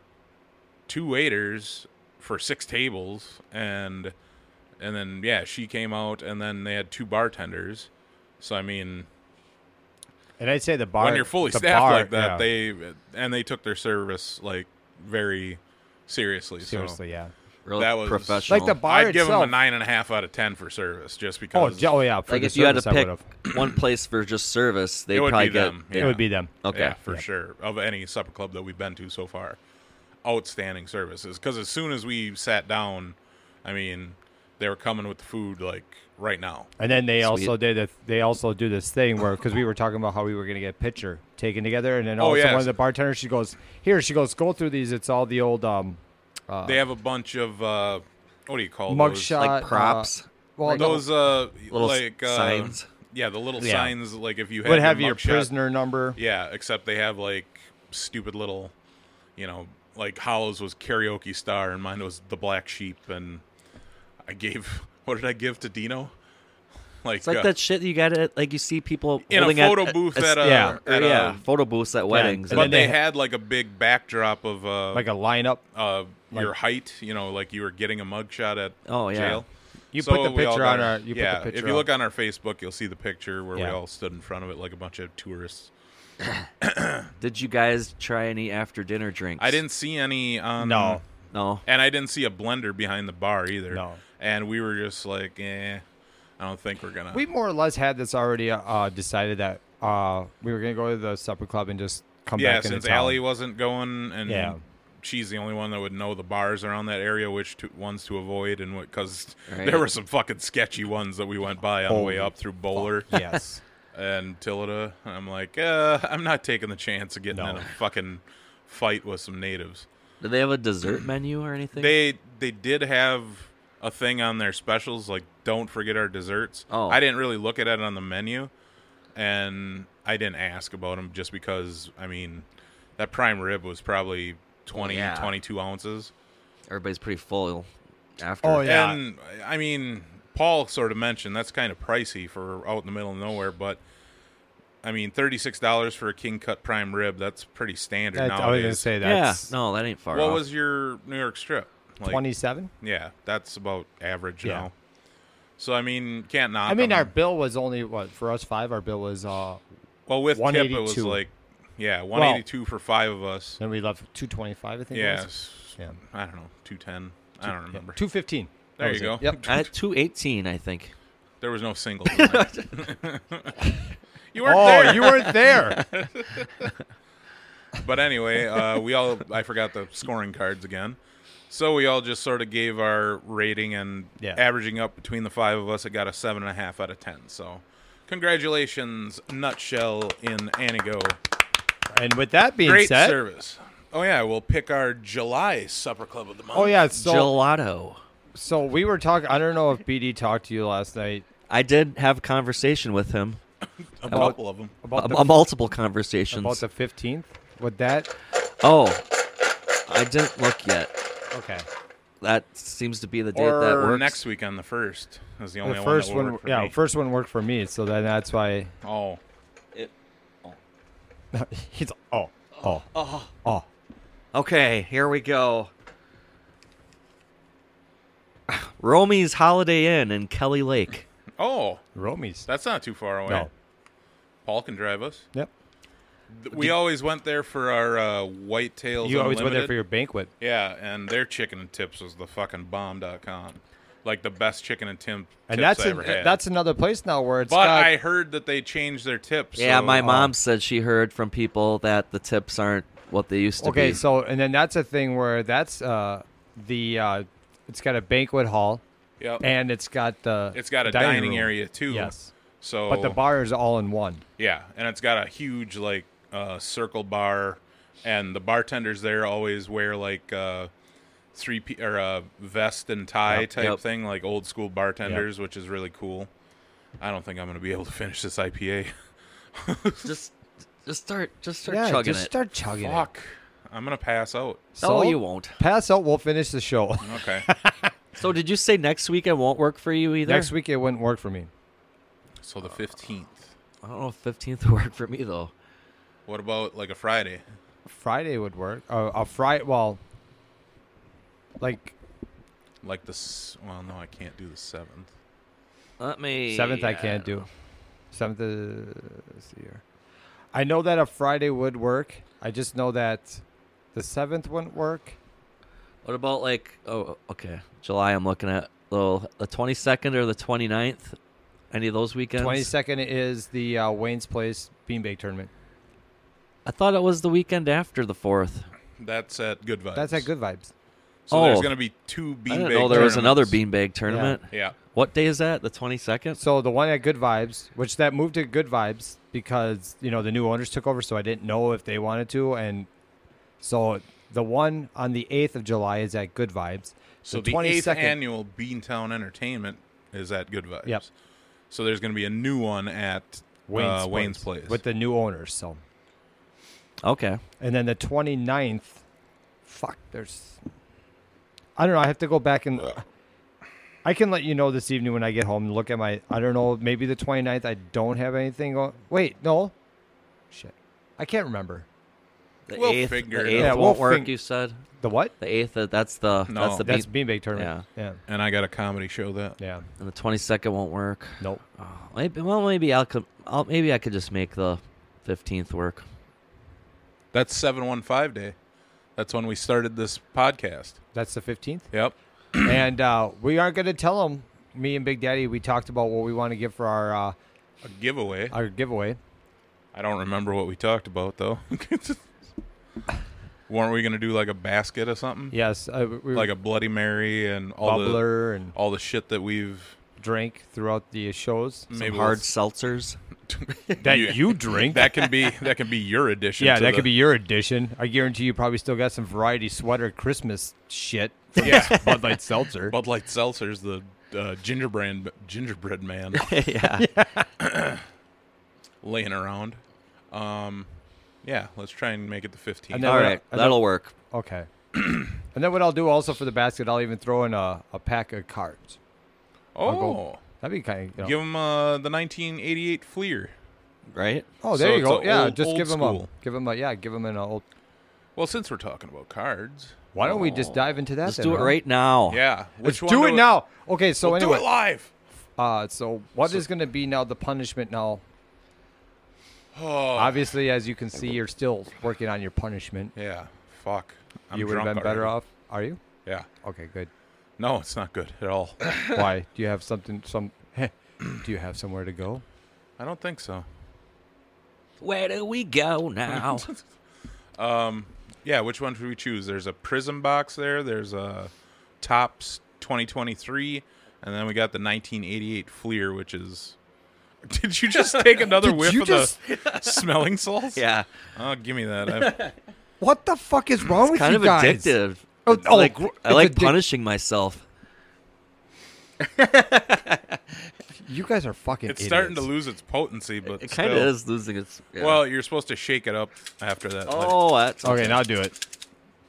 two waiters for six tables, and and then yeah, she came out, and then they had two bartenders. So I mean, and I'd say the bar when you're fully the staffed bar, like that, yeah, they and they took their service like very seriously. so- seriously, yeah. Real That was- professional. Like the bar I'd give itself. him a nine and a half out of ten for service, just oh, because. j- oh yeah, for Like the if you had to service, I pick would've. one place for just service, they It would probably be get them, they- it would be them. Okay. Yeah, for sure. Of any supper club that we've been to so far, outstanding services. Because as soon as we sat down, I mean, they were coming with the food like right now. And then they also Sweet. did a, they also do this thing where because we were talking about how we were going to get a picture taken together, and then Oh, also yes. one of the bartenders she goes here she goes go through these it's all the old um they have a bunch of uh, what do you call those? mugshot Like props. uh, well no, Those uh, Little s- like uh, signs. Yeah, the little Yeah. signs. Like if you had would have your uh, mugshot- prisoner number Yeah, except they have like stupid little, you know, like Hollow's was karaoke star and mine was the black sheep. And I gave what did I give to Dino? Like It's like uh, that shit you got at like you see people in a holding photo booth at a yeah, or, at a- yeah photo booths at weddings. and but and- then they they- had like a big backdrop of uh, like a lineup. uh your height. You know, like you were getting a mugshot at Oh, yeah. jail. You So put the we all picture got on our you yeah. put the picture if you on- look on our Facebook, you'll see the picture where we Yeah. all stood in front of it like a bunch of tourists. Did you guys try any after dinner drinks? I didn't see any um, on No. No. And I didn't see a blender behind the bar either. No. And we were just like, eh, I don't think we're gonna. we more or less had this already uh, decided that uh, we were going to go to the supper club and just come yeah, back into since town. Allie wasn't going, and Yeah. she's the only one that would know the bars around that area, which to, ones to avoid, and what because Right. there were some fucking sketchy ones that we went by on the way Holy up through Bowler yes. and Tillida. And I'm like, uh, I'm not taking the chance of getting No. in a fucking fight with some natives. Did they have a dessert menu or anything? They they did have a thing on their specials like don't forget our desserts. Oh. I didn't really look at it on the menu, and I didn't ask about them just because I mean that prime rib was probably 20, Yeah. 22 ounces, Everybody's pretty full after. Oh, yeah. and I mean Paul sort of mentioned that's kind of pricey for out in the middle of nowhere, but. I mean, thirty-six dollars for a king cut prime rib—that's pretty standard That- I was nowadays. going to say uh, Yeah. that's No, that ain't far what off. was your New York strip? Like, 27. Yeah, that's about average Yeah. now. So I mean, can't knock. I mean, them. our bill was only what for us five. Our bill was uh, well with tip it was 182. like yeah, one eighty two for five of us. then we left two twenty five. I think. Yeah, it was. s- Yeah. I don't know, two ten. I don't remember. two fifteen. There you go. Yep. At 218, I think. There was no single. you weren't oh, there. you weren't there. But anyway, uh, we all I forgot the scoring cards again. So we all just sort of gave our rating and Yeah. averaging up between the five of us, it got a seven and a half out of ten. So congratulations, nutshell in Anigo. and with that being Great said, service. Oh yeah, we'll pick our July supper club of the month. oh yeah. So Gelato. so we were talking. I don't know if BD talked to you last night I did have a conversation with him. a couple of them. about a- the, a multiple conversations. about the fifteenth. With that, oh, I didn't look yet. okay. that seems to be the date that Or works. next week on the first is the only the first one. That will one, work for yeah, me. first one worked for me, so then that's why Oh, he's oh oh oh oh. Okay, here we go. Romy's Holiday Inn in Kelly Lake. oh, Romy's. that's not too far away. No. Paul can drive us. Yep. Th- We always went there for our uh, whitetails. You always went there Unlimited. for your banquet. Yeah, and their chicken and tips was the fucking bomb.com. Like the best chicken and tim- tips And that's I an, ever had. that's another place now where it's but got I heard that they changed their tips. yeah, so- uh, uh, my mom said she heard from people that the tips aren't what they used to be. Okay, so and then that's a thing where that's uh the uh it's got a banquet hall Yep. and it's got the it's got a dining, room. area too. Oh. Yes. So But the bar is all in one. Yeah, and it's got a huge like uh, circle bar, and the bartenders there always wear like uh, three p- or uh, vest and tie Yep, type yep. thing, like old school bartenders, which is really cool. I don't think I'm gonna be able to finish this IPA. just just start just start chugging just it. start chugging it. Fuck, I'm gonna pass out. No, you won't. Pass out, we'll finish the show. Okay, So did you say next week it won't work for you either? Next week it wouldn't work for me. so the fifteenth. I don't know if fifteenth will work for me though. What about like a Friday? Friday would work. Uh, a Friday, well, like Like the s- well, no, I can't do the seventh. Let me seventh, I uh, can't do. Seventh is here. I know that a Friday would work. I just know that the seventh wouldn't work. What about like oh okay. July I'm looking at though the twenty second or the 29th? Any of those weekends? Twenty second is the uh, Wayne's Place Beanbag Tournament. I thought it was the weekend after the fourth. That's at Good Vibes. That's at Good Vibes. So there's Oh. gonna be two beanbag. I didn't know there was another tournaments. beanbag tournament. Yeah. What day is that? The 22nd? So the one at Good Vibes, which that moved to Good Vibes because you know the new owners took over, so I didn't know if they wanted to, and so the one on the eighth of July is at Good Vibes. So the eighth annual Beantown Entertainment is at Good Vibes. Yep. So there's going to be a new one at Wayne's, uh, Wayne's Place. with the new owners. So Okay. and then the 29th, fuck, there's I don't know. I have to go back and I can let you know this evening when I get home. and Look at my I don't know. Maybe the 29th. I don't have anything. Going, wait, no, shit, I can't remember The We'll 8th, figure the it 8th out. Yeah, won't we'll work, fig- you said. the what. The 8th, uh, that's the No, that's the That's bean- beanbag tournament. Yeah. and I got a comedy show that. Yeah. and the 22nd won't work. Nope. Oh, maybe, well, maybe I'll, com- I'll maybe I could just make the 15th work. That's 715 Day. That's when we started this podcast. That's the 15th. Yep. and uh, we aren't going to tell them. Me and Big Daddy, we talked about what we want to give for our uh, A giveaway. our giveaway. I don't remember what we talked about, though. Weren't we going to do like a basket or something? Yes. Uh, we Like a Bloody Mary and all the bubbler and all the shit that we've drink throughout the shows. maybe Hard seltzers. That you drink. that can be that can be your addition. yeah, to that the- could be your addition. I guarantee you probably still got some variety sweater Christmas shit. From Yeah. this Bud Light Seltzer. Bud Light Seltzer's the uh, gingerbread gingerbread man yeah. laying around. Um, yeah, let's try and make it the 15th. And then- All right. I know- That'll work. Okay. and then what I'll do also for the basket, I'll even throw in a, a pack of cards. oh, That'd be kind of. You know. give him uh, the 1988 Fleer. Right? oh, so there you it's go. a Yeah, old- just old give them school. a give them a yeah, give them an old. Well, since we're talking about cards, Why don't we just dive into that? Let's then, do it huh? right now. yeah, Let's Oh. which one do it now. Okay, so We'll anyway, do it live. uh, so what is going to be now the punishment now? Oh, Obviously, as you can see, you're still working on your punishment. yeah. Fuck, I'm you would have been drunk better already. off. Are you? Yeah. Okay, good. No, it's not good at all. Why? Do you have something? Some? do you have somewhere to go? I don't think so. Where do we go now? Yeah, which one should we choose? There's a prism box there. There's a tops 2023, and then we got the 1988 Fleer, which is. Did you just take another Did whiff you of the smelling salts? yeah. Oh, give me that. I, What the fuck is wrong with Kind you of guys? addictive. Oh, It's oh, like, gr- I it's like addic- punishing myself. You guys are fucking. it's starting to idiots. lose its potency, but It kind of still. is losing its. yeah. Well, you're supposed to shake it up after that. like- oh, that's Okay, now do it.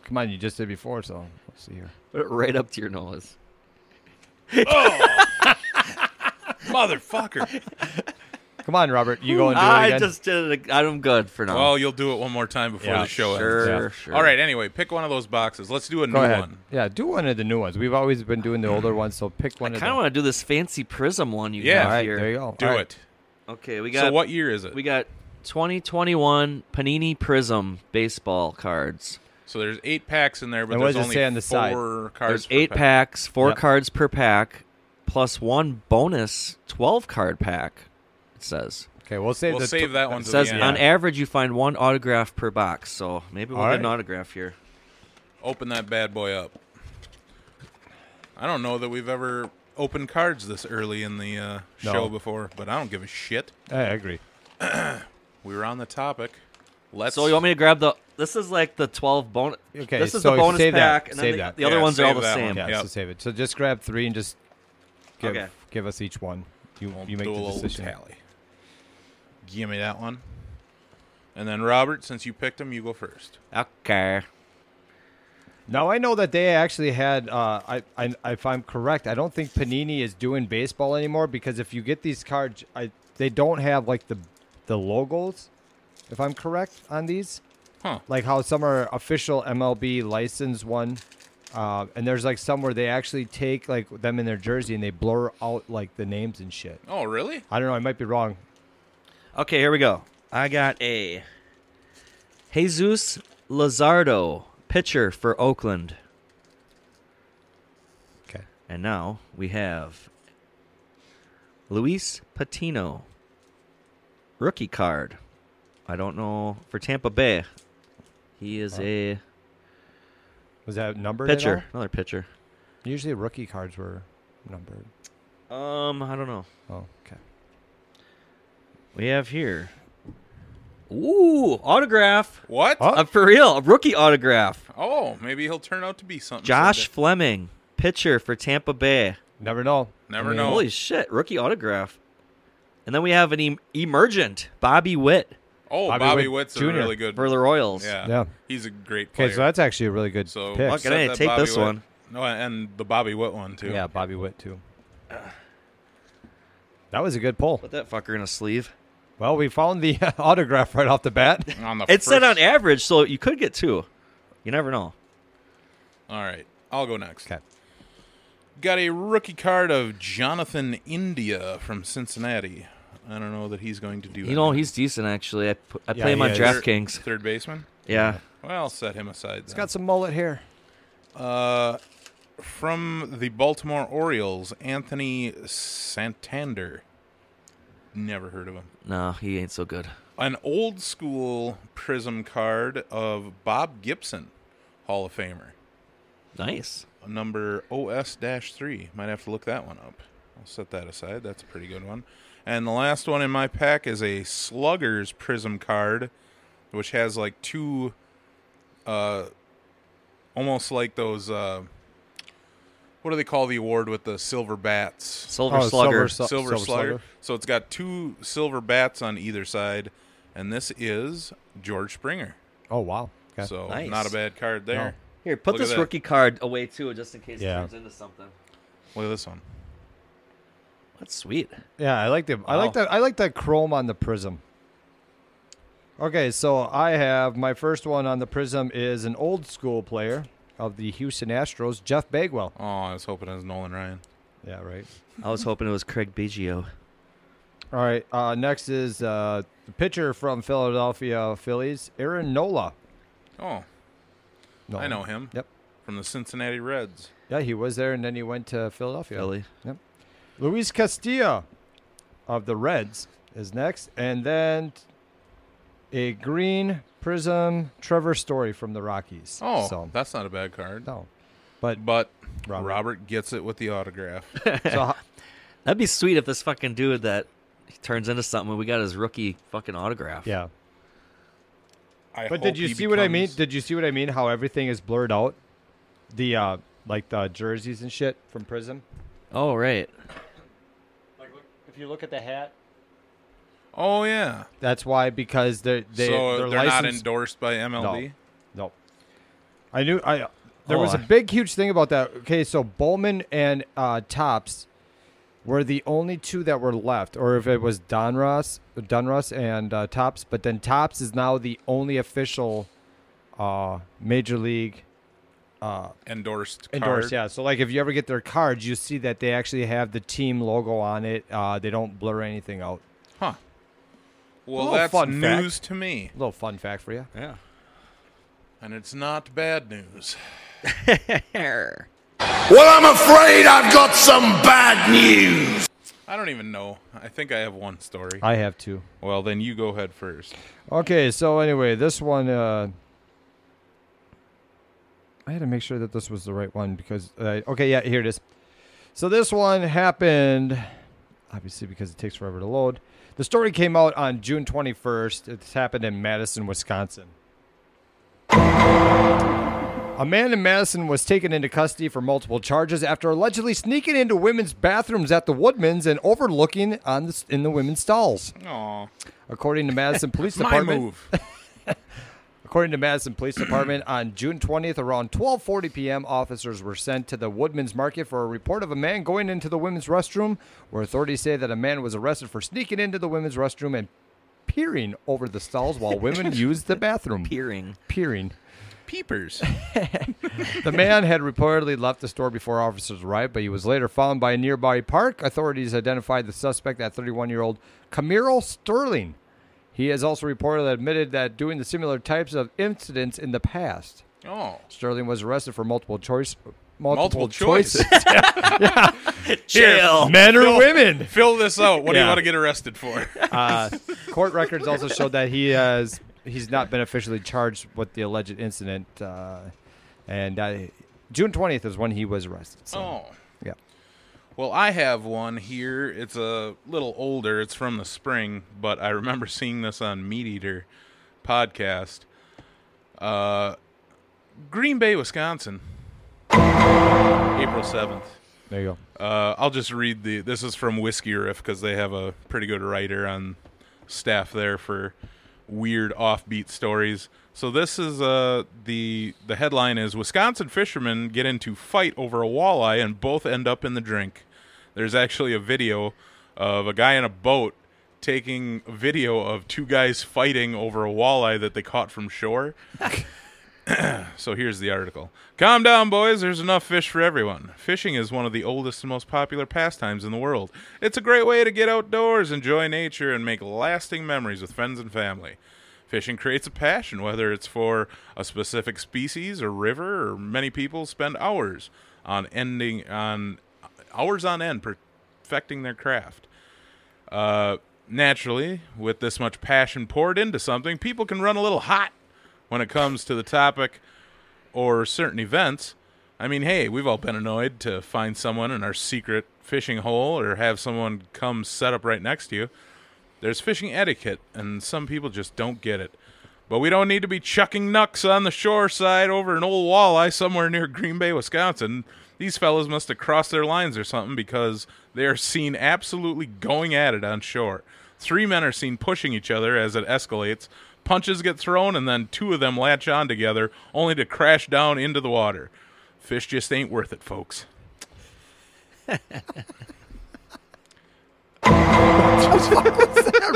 Come on, you just did before, so let's see here. right up to your nose. Motherfucker. Come on, Robert. You go and do it Ah, I again. just did it. ag- I'm good for now. well, you'll do it one more time before Yeah, the show sure, ends. sure. All right, anyway, pick one of those boxes. Let's do a new go ahead. one. Yeah, do one of the new ones. We've always been doing the older ones, so pick I one. kind of of want to do this fancy prism one you Yeah. have All right, here. there you go. Do Oh, All right. it. Okay, we got So what year is it? we got 2021 Panini Prism baseball cards. so there's eight packs in there, but And what there's only does it say on the side? four cards. There's per eight pack. packs, four Yep. cards per pack, plus one bonus 12 card pack. It says. Okay, we'll save We'll the save that one It to says the end. on average you find one autograph per box, so maybe we'll All get right. an autograph here. Open that bad boy up. I don't know that we've ever opened cards this early in the uh, No. show before, but I don't give a shit. I agree. We were on the topic. Let's. So you want me to grab the? This is like the 12 bonus. Okay, this is so the bonus save that, pack, and save then the- that. the, other Yeah, ones are all save the that one. same. Yeah, Yep. so save it. So just grab three and just give Okay. give us each one. You We'll you make do a the little decision. tally. Give me that one. And then Robert, since you picked him, you go first. Okay. Now I know that they actually had. Uh, I, I if I'm correct, I don't think Panini is doing baseball anymore because if you get these cards, I they don't have like the the logos. If I'm correct on these, Huh. like how some are official MLB licensed one, uh, and there's like some where they actually take like them in their jersey and they blur out like the names and shit. Oh, really? I don't know. I might be wrong. Okay, here we go. I got a Jesus Lazardo, pitcher for Oakland. Okay. And now we have Luis Patino, rookie card. I don't know for Tampa Bay. He is a Was that numbered? at pitcher, another pitcher. all? Usually rookie cards were numbered. Um, I don't know. Oh, okay. We have here. Ooh, autograph. What? Uh, for real, a rookie autograph. Oh, maybe he'll turn out to be something. Josh someday. Fleming, pitcher for Tampa Bay. Never know. Never I mean, know. Holy shit, rookie autograph. And then we have an em- emergent Bobby Witt Oh, Bobby Bobby, Witt Witt's a Jr. really good. for the Royals. yeah. Yeah. He's a great player. Okay, so that's actually a really good So pick. Fuck it, set I need to that take Bobby this Witt- one. No, and the Bobby Witt one too. Yeah, Bobby Witt too. That was a good pull. Put that fucker in a sleeve. Well, we found the autograph right off the bat. On the It said first- on average, so you could get two. You never know. All right, I'll go next. Okay. Got a rookie card of Jonathan India from Cincinnati. I don't know that he's going to do. You know, anything. he's decent, actually. I, pu- I Yeah, play him he on is. DraftKings. third baseman. Yeah. Well, I'll set him aside. It's Then. got some mullet hair. from the Baltimore Orioles, Anthony Santander. Never heard of him. No, he ain't so good. An old school prism card of Bob Gibson, Hall of Famer. Nice. number OS 3. Might have to look that one up. I'll set that aside. That's a pretty good one. And the last one in my pack is a Sluggers Prism card, which has like two, uh, almost like those, uh, what do they call the award with the silver bats? Silver Oh, Slugger. Silver Slu- silver, Silver slugger. Slugger. So it's got two silver bats on either side. And this is George Springer. Oh wow. Okay. So Nice. not a bad card there. Here, put Look at this that. rookie card away, too, just in case Yeah. it turns into something. Look at this one. That's sweet. yeah, I like the I like Wow. that I like that chrome on the prism. Okay, so I have my first one on the prism is an old school player of the Houston Astros, Jeff Bagwell. Oh, I was hoping it was Nolan Ryan. Yeah, right. I was hoping it was Craig Biggio. All right. Uh, next is uh, the pitcher from Philadelphia Phillies, Aaron Nola. Oh, Nola. I know him. Yep. From the Cincinnati Reds. Yeah, he was there, and then he went to Philadelphia. Philly. Yep. Luis Castilla of the Reds is next, and then a green prism Trevor Story from the Rockies. Oh, so that's not a bad card. no, but But Robert. Robert. gets it with the autograph. so ho- That'd be sweet if this fucking dude that turns into something and we got his rookie fucking autograph. yeah. I But did hope you he see what I mean? becomes- Did you see what I mean? How everything is blurred out, the uh, like the jerseys and shit from Prism. Oh right. Like if you look at the hat, oh yeah. that's why because they're they so they're they're not licensed- endorsed by MLB. No. I knew I There Oh, was a I- big, huge thing about that. Okay, so Bowman and uh, Tops were the only two that were left, or if it was Donruss, Donruss and uh, Tops, but then Tops is now the only official uh, major league Endorsed. endorsed. card. Yeah, so like if you ever get their cards, you see that they actually have the team logo on it. Uh, they don't blur anything out. Huh. Well, Little that's fun fact. news to me, Little fun fact for you. Yeah. and it's not bad news. Well, I'm afraid I've got some bad news. I don't even know. I think I have one story. I have two. well, then you go ahead first. Okay, so anyway, this one uh I had to make sure that this was the right one because uh, okay, yeah, here it is. So this one happened obviously because it takes forever to load. The story came out on June 21st. It's happened in Madison, Wisconsin. A man in Madison was taken into custody for multiple charges after allegedly sneaking into women's bathrooms at the Woodmans and overlooking on the, in the women's stalls. Aw, According to Madison Police my Department, move. According to Madison Police Department, on June 20th, around 12:40 p.m., officers were sent to the Woodman's Market for a report of a man going into the women's restroom, where authorities say that a man was arrested for sneaking into the women's restroom and peering over the stalls while women used the bathroom. Peering. Peering. Peepers. The man had reportedly left the store before officers arrived, but he was later found by a nearby park. Authorities identified the suspect at 31 year old Camero Sterling. He has also reportedly admitted that doing the similar types of incidents in the past. Oh, Sterling was arrested for multiple choice. multiple choice. Jail. Men or women? Fill this out. What do you Yeah. want to get arrested for? Uh, court records also showed that he has he's not been officially charged with the alleged incident, uh, and uh, June twentieth is when he was arrested. So, Oh. yeah. Well, I have one here. It's a little older. It's from the spring, but I remember seeing this on Meat Eater podcast. Uh, Green Bay, Wisconsin, April 7th. There you go. Uh, I'll just read the. This is from Whiskey Riff because they have a pretty good writer on staff there for weird offbeat stories. So this is uh, the the headline is Wisconsin fishermen get into fight over a walleye and both end up in the drink. There's actually a video of a guy in a boat taking video of two guys fighting over a walleye that they caught from shore. So here's the article. Calm down, boys. There's enough fish for everyone. Fishing is one of the oldest and most popular pastimes in the world. It's a great way to get outdoors, enjoy nature, and make lasting memories with friends and family. Fishing creates a passion, whether it's for a specific species or river, or many people spend hours on ending on hours on end perfecting their craft. Uh, naturally, with this much passion poured into something, people can run a little hot when it comes to the topic or certain events. I mean, hey, we've all been annoyed to find someone in our secret fishing hole or have someone come set up right next to you. There's fishing etiquette, and some people just don't get it. But we don't need to be chucking nucks on the shore side over an old walleye somewhere near Green Bay, Wisconsin. These fellas must have crossed their lines or something because they are seen absolutely going at it on shore. Three men are seen pushing each other as it escalates. Punches get thrown, and then two of them latch on together, only to crash down into the water. Fish just ain't worth it, folks.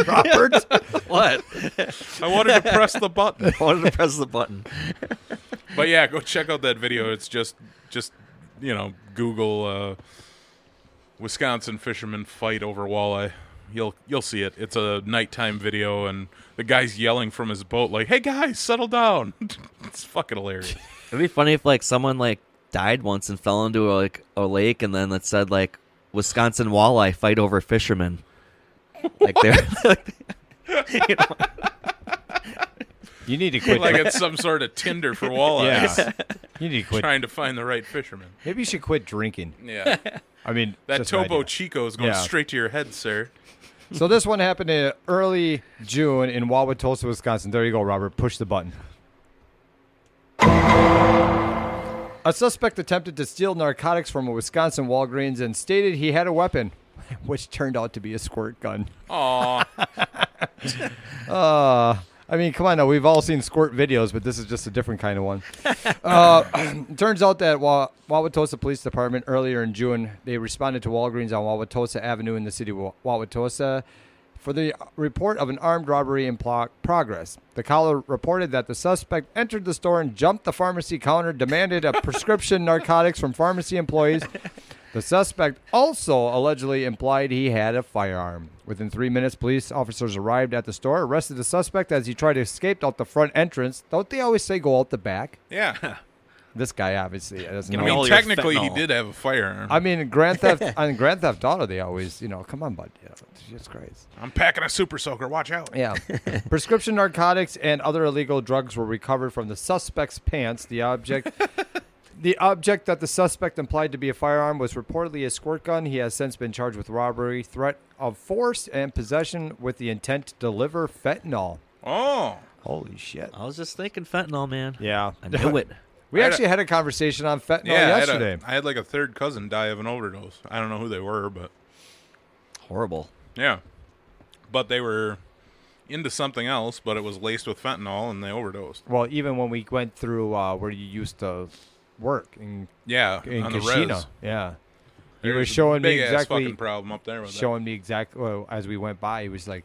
Robert, What? I wanted to press the button. I wanted to press the button. but yeah, go check out that video. It's just just you know Google uh, Wisconsin fishermen fight over walleye. You'll you'll see it. It's a nighttime video, and the guy's yelling from his boat like, "Hey guys, settle down!" it's fucking hilarious. It'd be funny if like someone like died once and fell into a, like a lake, and then it said like Wisconsin walleye fight over fishermen. Like they're you know, you need to quit. like that. it's some sort of Tinder for walleyes, yeah, you need to quit. trying to find the right fisherman. Maybe you should quit drinking. Yeah, I mean, that just an Topo idea. Chico is going Yeah. straight to your head, sir. So this one happened in early June in Wauwatosa, Wisconsin. There you go, Robert. Push the button. A suspect attempted to steal narcotics from a Wisconsin Walgreens and stated he had a weapon, which turned out to be a squirt gun. Aw, Uh, a I mean, come on now. We've all seen squirt videos, but this is just a different kind of one. uh, turns out that Wa- Wauwatosa Police Department earlier in June, they responded to Walgreens on Wauwatosa Avenue in the city of Wa- Wauwatosa for the report of an armed robbery in plo- progress. The caller reported that the suspect entered the store and jumped the pharmacy counter, demanded a prescription narcotics from pharmacy employees. The suspect also allegedly implied he had a firearm. Within three minutes, police officers arrived at the store, arrested the suspect as he tried to escape out the front entrance. Don't they always say go out the back? Yeah. This guy obviously I doesn't know. me mean, all your technically, he fentanyl. did have a firearm. I mean, Grand Theft on Grand Theft Auto, they always, you know, come on, bud, you know, Jesus Christ. I'm packing a super soaker. Watch out. Yeah. Prescription narcotics and other illegal drugs were recovered from the suspect's pants. The object The object that the suspect implied to be a firearm was reportedly a squirt gun. He has since been charged with robbery, threat of force, and possession with the intent to deliver fentanyl. Oh. Holy shit. I was just thinking fentanyl, man. Yeah. I knew it. We I had actually had a conversation on fentanyl Yeah. I had a- Oh, yesterday. I had like a third cousin die of an overdose. I don't know who they were, but Horrible. yeah. But they were into something else, but it was laced with fentanyl and they overdosed. well, even when we went through uh, where you used to work in, Yeah. in on the Kashina. res. Yeah. You were showing me big exactly- Ass fucking problem up there with that. showing me exactly well, as we went by. He was like,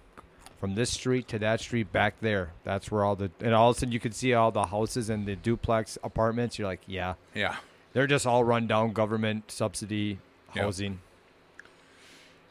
from this street to that street back there. That's where all the and all of a sudden you could see all the houses and the duplex apartments. You're like, yeah, Yeah. they're just all run down government subsidy Yeah. housing.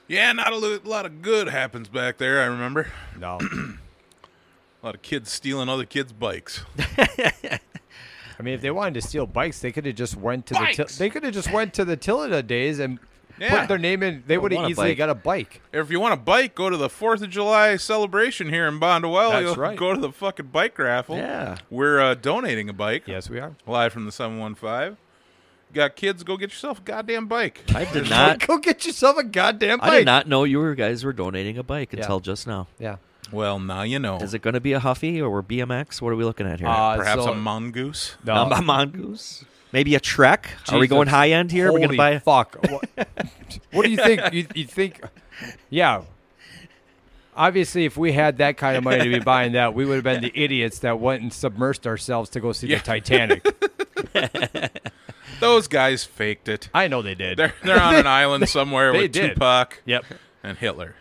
Yeah. Not a lo- lot of good happens back there. I remember No, a lot of kids stealing other kids' bikes. I mean if they wanted to steal bikes, they could have just went to the Til- they could have just went to the Tillida days and Yeah. put their name in. They would have want a easily bike. got a bike. If you want a bike, go to the Fourth of July celebration here in Bondwell. That's You'll right. Go to the fucking bike raffle. Yeah. We're uh, donating a bike. Yes, we are. Live from the seven one five. Got kids? Go get yourself a goddamn bike. I did not. Go get yourself a goddamn bike. I did not know you were- guys were donating a bike Yeah. until just now. Yeah. Well, now you know. Is it going to be a Huffy or BMX? What are we looking at here? Uh, Perhaps so- a mongoose. No. Um, a mongoose? Maybe a Trek? Are we Jesus. going high end here? Holy We're going to buy a fuck. What, what do you think? You, you think? Yeah. Obviously, if we had that kind of money to be buying that, we would have been the idiots that went and submersed ourselves to go see Yeah. the Titanic. Those guys faked it. I know they did. They're they're on an island somewhere They with did. Tupac yep. and Hitler.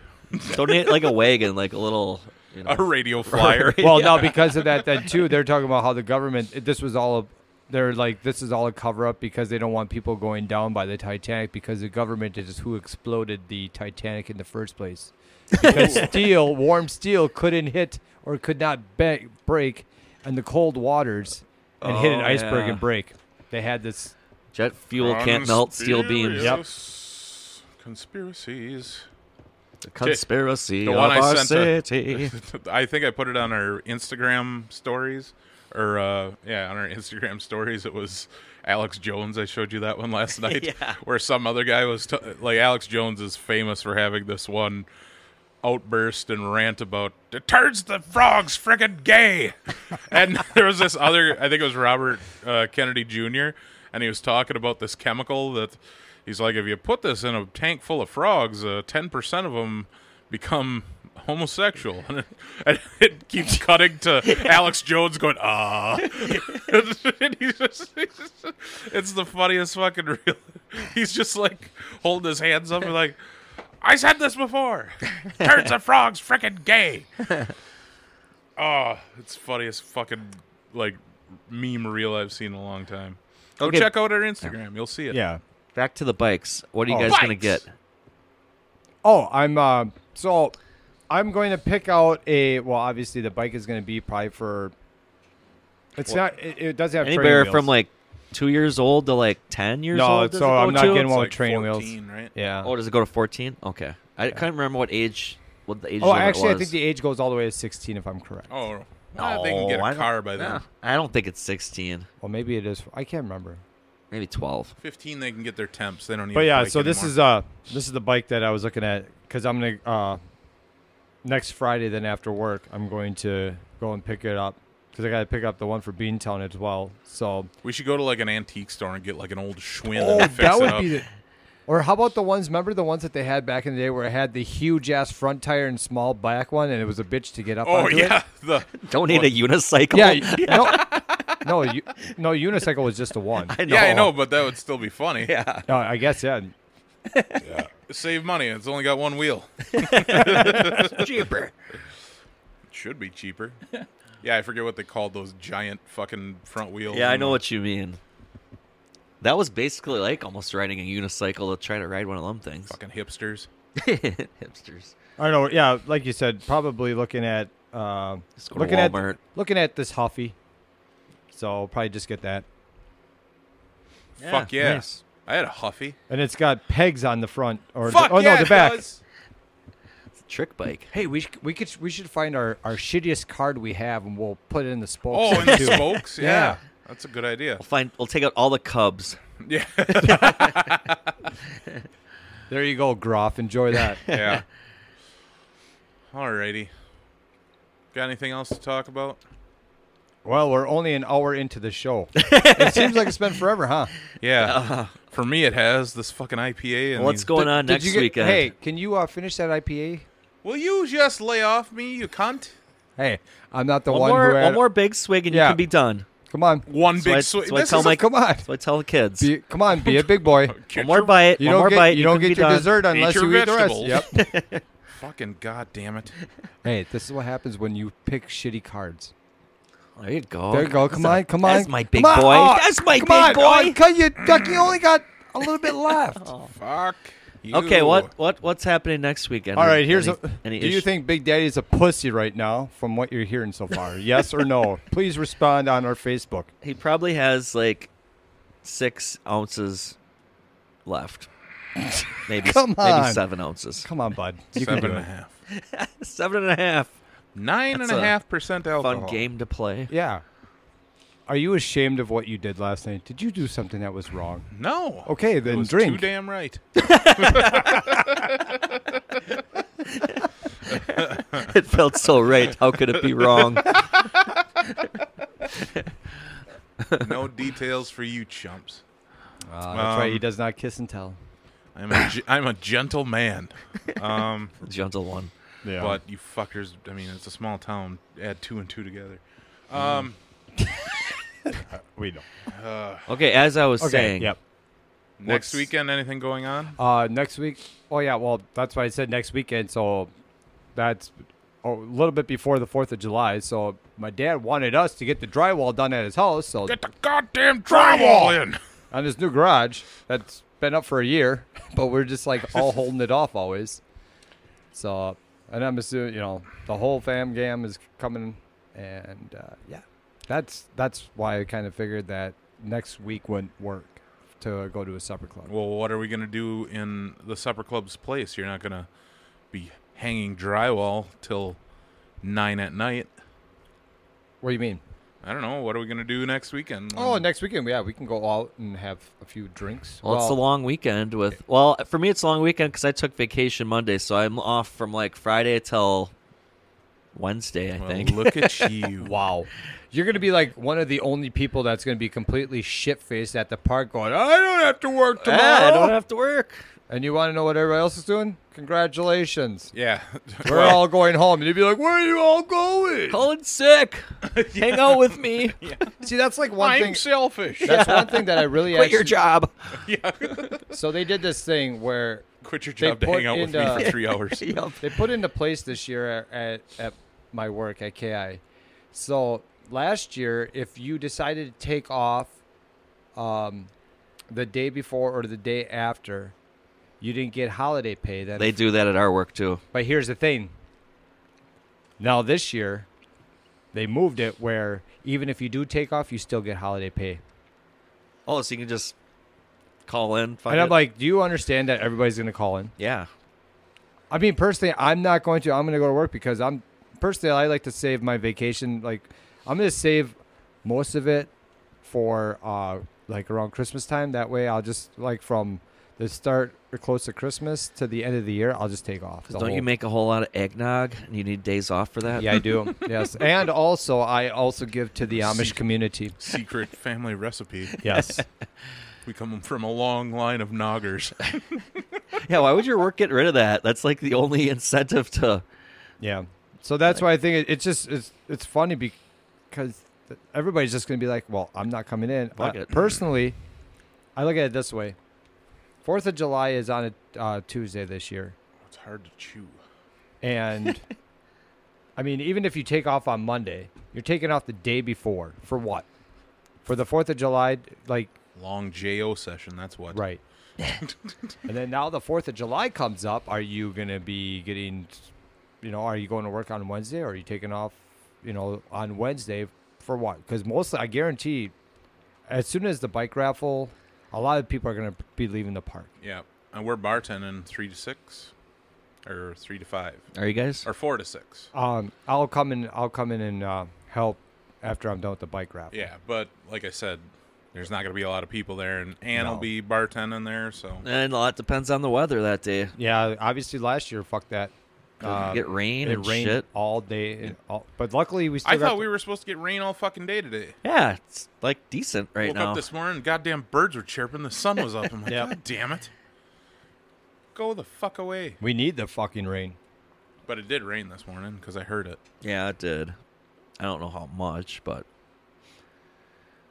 donate like a wagon, like a little. You know, A radio flyer. Well, no, because of that, then too, they're talking about how the government. This was all. A, they're like, this is all a cover up because they don't want people going down by the Titanic because the government is who exploded the Titanic in the first place. Because steel, warm steel, couldn't hit or could not be- break in the cold waters and hit an Oh, iceberg yeah. and break. They had this. jet fuel can't melt steel beams. Conspirious- Conspiracies. The conspiracy The of one I our sent city. I think I put it on our Instagram stories, or uh, yeah, on our Instagram stories. It was Alex Jones. I showed you that one last night, Yeah. where some other guy was t- like, Alex Jones is famous for having this one outburst and rant about it turns the frogs friggin' gay, and there was this other. I think it was Robert uh, Kennedy Jr. and he was talking about this chemical that. He's like, if you put this in a tank full of frogs, uh, ten percent of them become homosexual and it, and it keeps cutting to alex jones going ah And he's just- he's just- it's the funniest fucking real he's just like holding his hands up and like i said this before turns of frogs frickin' gay oh it's funniest fucking like meme reel i've seen in a long time go Okay. check out our instagram you'll see it Yeah. Back to the bikes. What are you Oh. guys going to Bikes! get? Oh, I'm uh, so I'm going to pick out a. Well, obviously the bike is going to be probably for. It's not. It, it doesn't have training Anywhere from wheels. like two years old to like ten years No, old. does so it go I'm not to? getting It's one like with training 14, wheels. right Yeah. Oh, does it go to fourteen? Okay, I can't remember what age. What the age? Oh, limit actually, I was. think the age goes all the way to 16, if I'm correct. oh I they can get Oh, No, I a don't- car by then Nah, I don't think it's sixteen. Well, maybe it is. I can't remember. Maybe twelve. 15 they can get their temps they don't need But a yeah, bike so this anymore. is uh, this is the bike that I was looking at because I'm gonna uh, next Friday. Then after work, I'm going to go and pick it up because I got to pick up the one for Beantown as well. So We should go to like an antique store and get like an old Schwinn. Oh, and fix that it would up. be the. Or how about the ones? Remember the ones that they had back in the day where it had the huge ass front tire and small back one, and it was a bitch to get up. Oh onto yeah, it? the Don't need a unicycle. yeah. you- No, no, you, no. Unicycle was just a one. I know. yeah, I know, but that would still be funny. Yeah, No, I guess yeah. save money. It's only got one wheel. cheaper. Should be cheaper. Yeah, I forget what they called those giant fucking front wheels. Yeah, I and- know what you mean. That was basically like almost riding a unicycle to try to ride one of them things. Fucking hipsters. Hipsters. I don't know. Yeah, like you said, probably looking at uh, Just go to looking at Walmart. looking at this Huffy. So I'll probably just get that, Fuck yeah. nice. I had a Huffy. and it's got pegs on the front or Fuck the, oh yeah, no it the back. does. It's a trick bike. Hey, we sh- we could we should find our, our shittiest card we have, and we'll put it in the spokes. Oh, and the spokes. Yeah. Yeah. That's a good idea. We'll find. We'll take out all the cubs. Yeah. there you go, Groff. Enjoy that. yeah. Alrighty. Got anything else to talk about? Well, we're only an hour into the show. it seems like it's been forever, huh? Yeah. For me, it has this fucking IPA. And What's these- going Did- on did next you get- weekend? Hey, can you uh, finish that IPA? Will you just lay off me, you cunt? Hey, I'm not the one, one. more, who had- one more big swig, and Yeah. you can be done. Come on, One That's big why- swi- that's why I This tell is my- a, come on, So I tell the kids. be, come on, be a big boy. Get one more your- bite. You one don't more get bite. you don't can be get your done. dessert unless your you eat the rest. vegetables. Yep. Fucking goddamn it! hey, this is what happens when you pick shitty cards. There you go. There you go. Come That's a- on, come on. That's my big Come on. boy. Oh, that's my come big on. boy. Oh, cut you, Duck, you only got a little bit left. Fuck. You. Okay, what what what's happening next weekend? All right, here's any, a. any do you issue- think Big Daddy's a pussy right now? From what you're hearing so far, yes or no? Please respond on our Facebook. he probably has like six ounces left? Maybe Come maybe on. seven ounces, Come on, bud. You Seven can do and a it. half. seven and a half. Nine and That's a a half percent alcohol. Fun game to play. Yeah. Are you ashamed of what you did last night? Did you do something that was wrong? No. Okay, It then was drink. Too damn right. It felt so right. How could it be wrong? No details for you, chumps. Uh, that's right. He Um, does not kiss and tell. I'm a, ge- I'm a gentle man. Um, Gentle one. Yeah. but you fuckers, I mean, it's a small town. Add two and two together. Um, we know. Okay, as I was Okay. saying, Yep. next What's- weekend, anything going on? Uh, next week. Oh yeah. Well, that's why I said next weekend. So that's a little bit before the Fourth of July. So my dad wanted us to get the drywall done at his house. So Get the goddamn drywall in. on this new garage that's been up for a year, but we're just like all holding it off always. So, and I'm assuming you know the whole fam gam is coming, and uh, yeah, that's that's why I kind of figured that next week wouldn't work to go to a supper club. Well, what are we gonna do in the supper club's place? You're not gonna be hanging drywall till nine at night. What do you mean? I don't know. What are we gonna do next weekend? Oh, next weekend, yeah, we can go out and have a few drinks. Um, Well, it's a long weekend with. Well, for me, it's a long weekend because I took vacation Monday, so I'm off from like Friday till Wednesday, I Well, think. look at you. Wow. You're going to be like one of the only people that's going to be completely shit faced at the park going, I don't have to work tomorrow. Yeah, I don't have to work. And you want to know what everybody else is doing? Congratulations. Yeah. We're Well, all going home. And you'd be like, where are you all going? Colin's sick. Hang out with me. See, that's like one I'm thing. selfish. That's one thing that I really Quit your actually- job. So they did this thing where Quit your They job to put hang out with in, me uh, for three hours. Yep. they put into place this year at, at my work at KI. So last year, if you decided to take off um, the day before or the day after, you didn't get holiday pay. Then, They do that at our work too. but here's the thing. Now this year, they moved it where even if you do take off, you still get holiday pay. Oh, so you can just call in. Find And I'm it. like, do you understand that everybody's going to call in? yeah. I mean, personally, I'm not going to. I'm going to go to work because I'm personally I like to save my vacation. Like, I'm going to save most of it for uh like around Christmas time. That way, I'll just like from the start or close to Christmas to the end of the year, I'll just take off. the Don't you whole- make a whole lot of eggnog and you need days off for that? Yeah, I do. yes, and also I also give to the Amish community. Secret family recipe. Yes, We come from a long line of noggers. Yeah, why would your work get rid of that? That's like the only incentive to. Yeah. So that's why I think it, it's just it's it's funny because th- everybody's just going to be like, "Well, I'm not coming in." Fuck I- it. Personally, I look at it this way: Fourth of July is on a uh, Tuesday this year, It's hard to chew. and I mean, even if you take off on Monday, you're taking off the day before for what? For the Fourth of July, like Long JO session, that's what. right. and then now the Fourth of July comes up. Are you going to be getting, you know, are you going to work on Wednesday? Or are you taking off, you know, on Wednesday for what? Because mostly, I guarantee, as soon as the bike raffle, a lot of people are going to be leaving the park. Yeah. And we're bartending three to six, or three to five, Are you guys? or four to six. Um, I'll come in. I'll come in and uh, help after I'm done with the bike raffle. Yeah. But like I said, there's not going to be a lot of people there, and Ann will No. be bartending there, so. And a lot depends on the weather that day. Yeah. Obviously, last year, fuck that. Uh, get rain it and rained shit. all day. and all, but luckily, we still I got thought the- we were supposed to get rain all fucking day today. Yeah, it's like decent right Woke now. up this morning, goddamn birds were chirping, the sun was up. I'm like, Yep. God damn it. Go the fuck away. we need the fucking rain. But it did rain this morning because I heard it. Yeah, it did. I don't know how much, but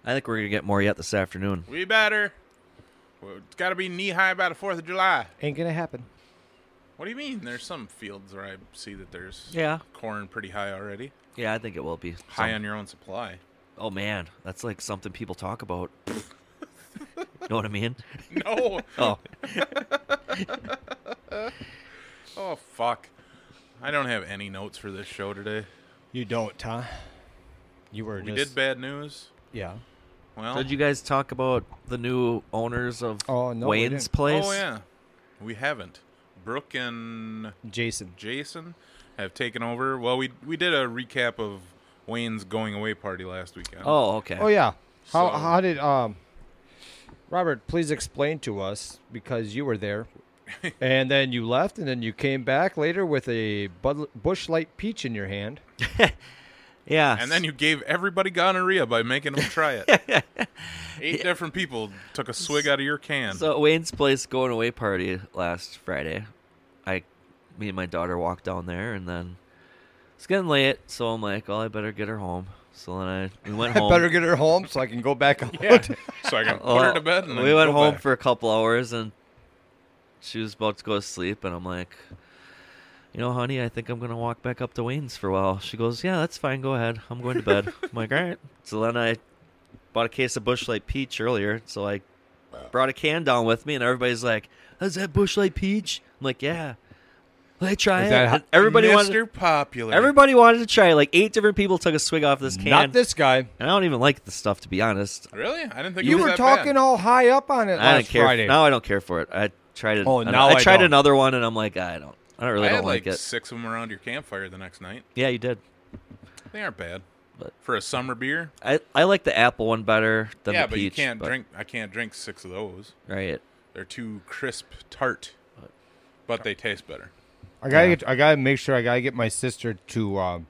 I think we're gonna get more yet this afternoon. We better. Well, It's got to be knee high by the 4th of July. Ain't gonna happen. What do you mean? There's some fields where I see that there's Yeah. corn pretty high already. Yeah, I think it will be High Some- on your own supply. Oh man, that's like something people talk about. know what I mean? No. Oh, oh, fuck. I don't have any notes for this show today. You don't, huh? You were We just did bad news. yeah. Well, Oh, did you guys talk about the new owners of Oh, no, we Wayne's didn't. place? Oh, yeah. We haven't. Brooke and Jason. Jason have taken over. Well, we we did a recap of Wayne's going away party last weekend. Oh, okay. Oh yeah. How So- how did um Robert, please explain to us because you were there. and then you left and then you came back later with a Bud Bush Light peach in your hand. yeah. And then you gave everybody gonorrhea by making them try it. Eight different people took a swig out of your can. So at Wayne's place going away party last Friday. I me and my daughter walked down there and then it's getting late, so I'm like, Well, I better get her home. So then I we went home. Better get her home so I can go back out. So I can put Well, her to bed. And then Oh, we went go home back. for a couple hours and she was about to go to sleep and I'm like you know, honey, I think I'm gonna walk back up to Wayne's for a while. She goes, Yeah, that's fine, go ahead. I'm going to bed. I'm like, All right. So then I bought a case of Bushlight Peach earlier, so I brought a can down with me and everybody's like, Is that Bushlight Peach? I'm like, Yeah. Let me try Is it. that ho- And everybody Mr. wanted Popular. everybody wanted to try. it. Like eight different people took a swig off this can. Not this guy. and I don't even like the stuff to be honest. Really? I didn't think it You was were that talking bad. all high up on it I last don't care. Friday. Now I don't care for it. I tried it. Oh, I don't- now I I tried don't. another one, and I'm like, I don't. I don't really I had don't like, it. six of them around your campfire the next night. Yeah, you did. They aren't bad. But- for a summer beer, I, I like the apple one better than yeah, the peach. but you can't drink. I can't drink six of those. Right. They're too crisp, tart, but they taste better. I gotta, get, I gotta make sure I gotta get my sister to um,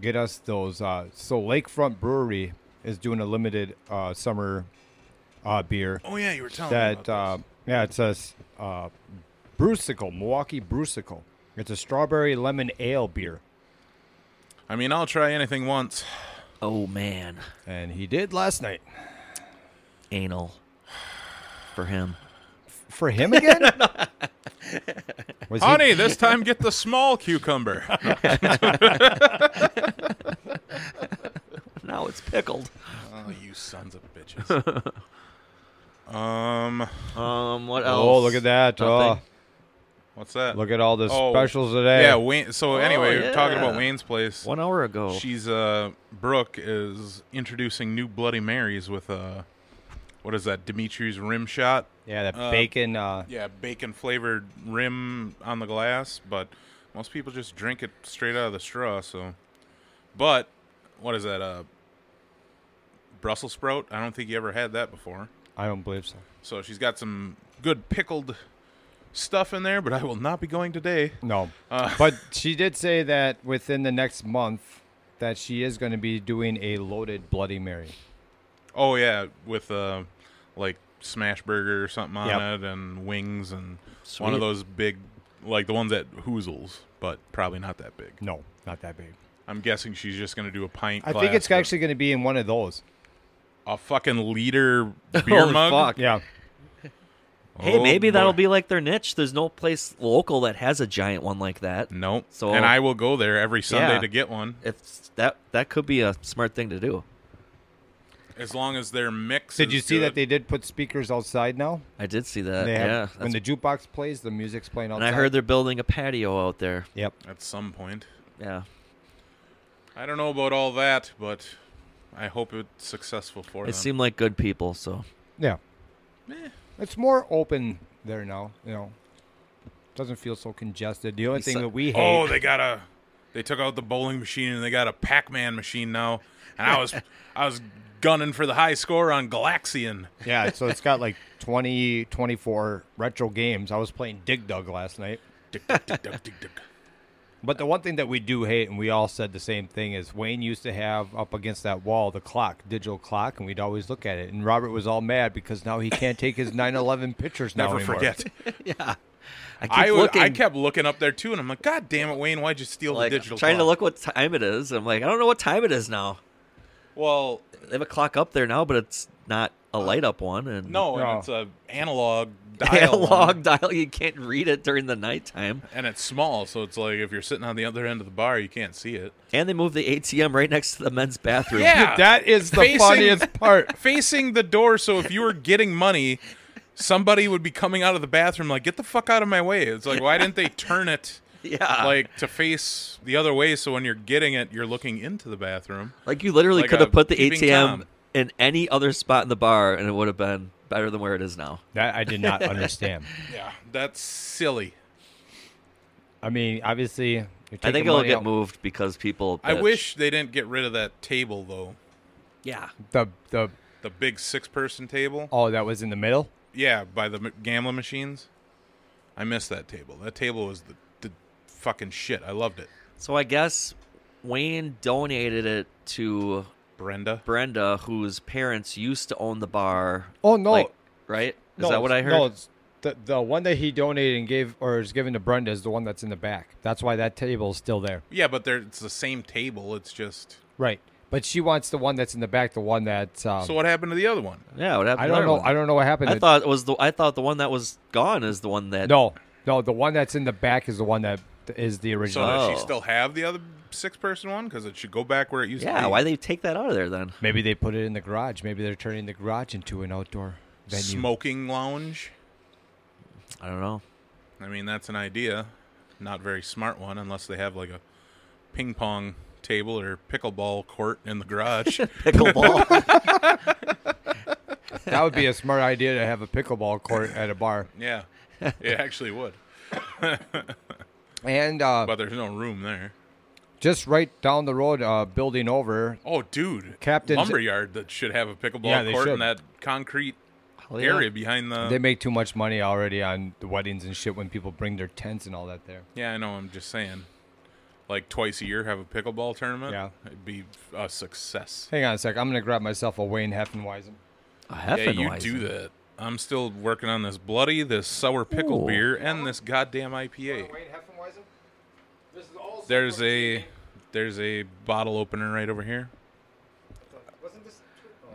get us those. Uh, so Lakefront Brewery is doing a limited uh, summer uh, beer Oh yeah, you were telling me that, about uh, this. yeah, it says uh, Brucicle, Milwaukee Brucicle. It's a strawberry lemon ale beer, I mean, I'll try anything once. Oh man, and he did last night anal for him. for him again. Was he- Honey, this time get the small cucumber. Now it's pickled. oh, you sons of bitches. um, Um, what else? Oh, look at that! Oh, Nothing. what's that? look at all the Oh, specials today. Yeah, Wayne. So anyway, yeah. talking about Wayne's place. One hour ago. She's uh Brooke is introducing new Bloody Marys with uh what is that Dimitri's rim shot? yeah, that Uh, bacon. Uh, Yeah, bacon flavored rim on the glass, but most people just drink it straight out of the straw. So, but what is that? Uh, Brussels sprout. I don't think you ever had that before. I don't believe so. So she's got some good pickled stuff in there, but I will not be going today. No. but she did say that within the next month that she is going to be doing a loaded Bloody Mary. Oh yeah, with uh, like smash burger or something on Yep. it, and wings, and one of Sweet. those big, like the ones at Hoozles, but probably not that big. No, not that big. I'm guessing she's just gonna do a pint. I glass think it's of actually going to be in one of those. a fucking liter beer Holy mug. fuck. Yeah. Hey, Oh, maybe that'll boy. be like their niche. There's no place local that has a giant one like that. Nope. So- and I will go there every Sunday Yeah. to get one, If that that could be a smart thing to do. as long as their mix. Did is you see that good. they did put speakers outside now? I did see that. They yeah. have, when that's- the jukebox plays, the music's playing and outside. I heard they're building a patio out there. Yep. At some point, Yeah. I don't know about all that, but I hope it's successful for It them. seemed like good people, so Yeah. It's more open there now. You know, doesn't feel so congested. The only It's thing a- that we hate. Oh, they got a. They took out the bowling machine and they got a Pac-Man machine now. And I was, I was gunning for the high score on Galaxian. Yeah, so it's got like 20, 24 retro games. I was playing Dig Dug last night. Dick, dick, dick, dick, dick, dick. But the one thing that we do hate, and we all said the same thing, is Wayne used to have up against that wall the clock, digital clock, and we'd always look at it. And Robert was all mad because now he can't take his 9/11 pictures now Never anymore. forget. I keep I, was, looking. I kept looking up there too, and I'm like, God damn it, Wayne, why'd you steal like the digital? trying to clock?" look what time it is. I'm like, I don't know what time it is now. Well, They have a clock up there now, but it's not a light up one. And Uh, no, and No. it's a analog dial, analog dial, you can't read it during the nighttime. and it's small, so it's like if you're sitting on the other end of the bar, you can't see it. And they moved the ATM right next to the men's bathroom. Yeah. That is the Facing- funniest part. Facing the door, so if you were getting money, somebody would be coming out of the bathroom like, "Get the fuck out of my way!" It's like, why didn't they turn it? yeah. Like, like to face the other way so when you're getting it you're looking into the bathroom you literally like could a have put the peeping ATM Tom. in any other spot in the bar, and it would have been better than where it is now. That I did not understand. yeah that's silly I mean, obviously, you're taking I think it'll money get out- moved because people. i bitch. wish they didn't get rid of that table though Yeah. The the the big six person table oh, that was in the middle. yeah by the m- gambling machines i miss that table that table was the, the fucking shit i loved it So I guess Wayne donated it to brenda Brenda, whose parents used to own the bar. Oh no, Like, right? Is that what I heard? No, it's the the one that he donated and gave or is given to Brenda is the one that's in the back. That's why that table is still there. yeah but there it's the same table it's just Right. But she wants the one that's in the back, the one that. Um, so what happened to the other one yeah, what happened I to don't that know. one? I don't know what happened. I It- thought it was the I thought the one that was gone is the one that no, no. The one that's in the back is the one that is the so original. does she Oh. still have the other six person one because it should go back where it used to Yeah, be why they take that out of there then? Maybe they put it in the garage. Maybe they're turning the garage into an outdoor venue. smoking lounge I don't know. I mean, that's an idea. Not very smart one, unless they have like a ping pong table or pickleball court in the garage. Pickleball. That would be a smart idea to have a pickleball court at a bar. yeah, it actually would. And uh, But there's no room there. just right down the road, uh, building over. Oh, dude, Captain's- lumberyard that should have a pickleball Yeah, they court in should. that concrete Oh, yeah. area behind the. They make too much money already on the weddings and shit when people bring their tents and all that there. yeah, I know. I'm just saying, like twice a year have a pickleball tournament. Yeah. it'd be a success. Hang on a sec. I'm gonna grab myself a Wayne Heffenweisen. A Yeah, you Heffenweisen. do that. I'm still working on this bloody, this sour pickle Ooh. beer, and this goddamn IPA. Wayne Heffenweisen. This is There's a there's a bottle opener right over here.